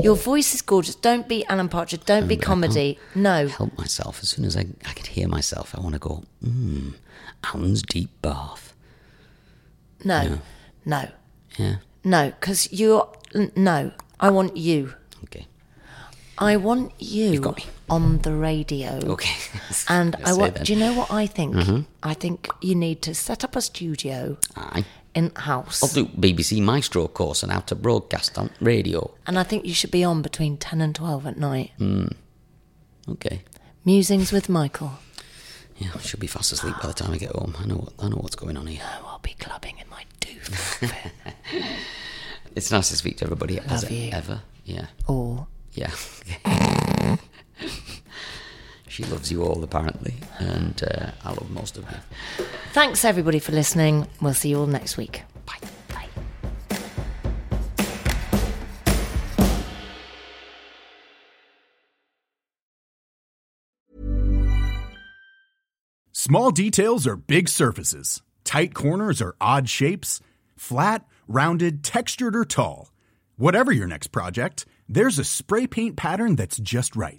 B: Your voice is gorgeous. Don't be Alan Partridge. Don't be
A: but I
B: comedy. No.
A: help myself as soon as I I could hear myself. I want to go. Mmm, Alan's deep bath.
B: no, no,
A: Yeah.
B: no, because you're n- no. I want you.
A: Okay.
B: I want you
A: got me.
B: on the radio.
A: Okay.
B: And
A: Yes, say
B: I
A: Mm-hmm.
B: want.
A: then.
B: Do you know what I think? I think you need to set up a studio
A: Aye.
B: in house.
A: I'll do BBC Maestro course on how to broadcast on radio.
B: And I think you should be on between 10 and 12 at night.
A: Okay.
B: Musings with Michael.
A: Yeah, I should be fast asleep by the time I get home. I know what I know what's going on here.
B: Oh, I'll be clubbing in my doof outfit.
A: It's nice to speak to everybody as
B: Love you.
A: ever. Yeah.
B: or
A: Yeah. she loves you all apparently, and uh, I love most of you.
B: Thanks everybody for listening. We'll see you all next week. Bye. Bye.
F: Small details are big surfaces. Tight corners are odd shapes. Flat, rounded, textured, or tall. Whatever your next project, there's a spray paint pattern that's just right.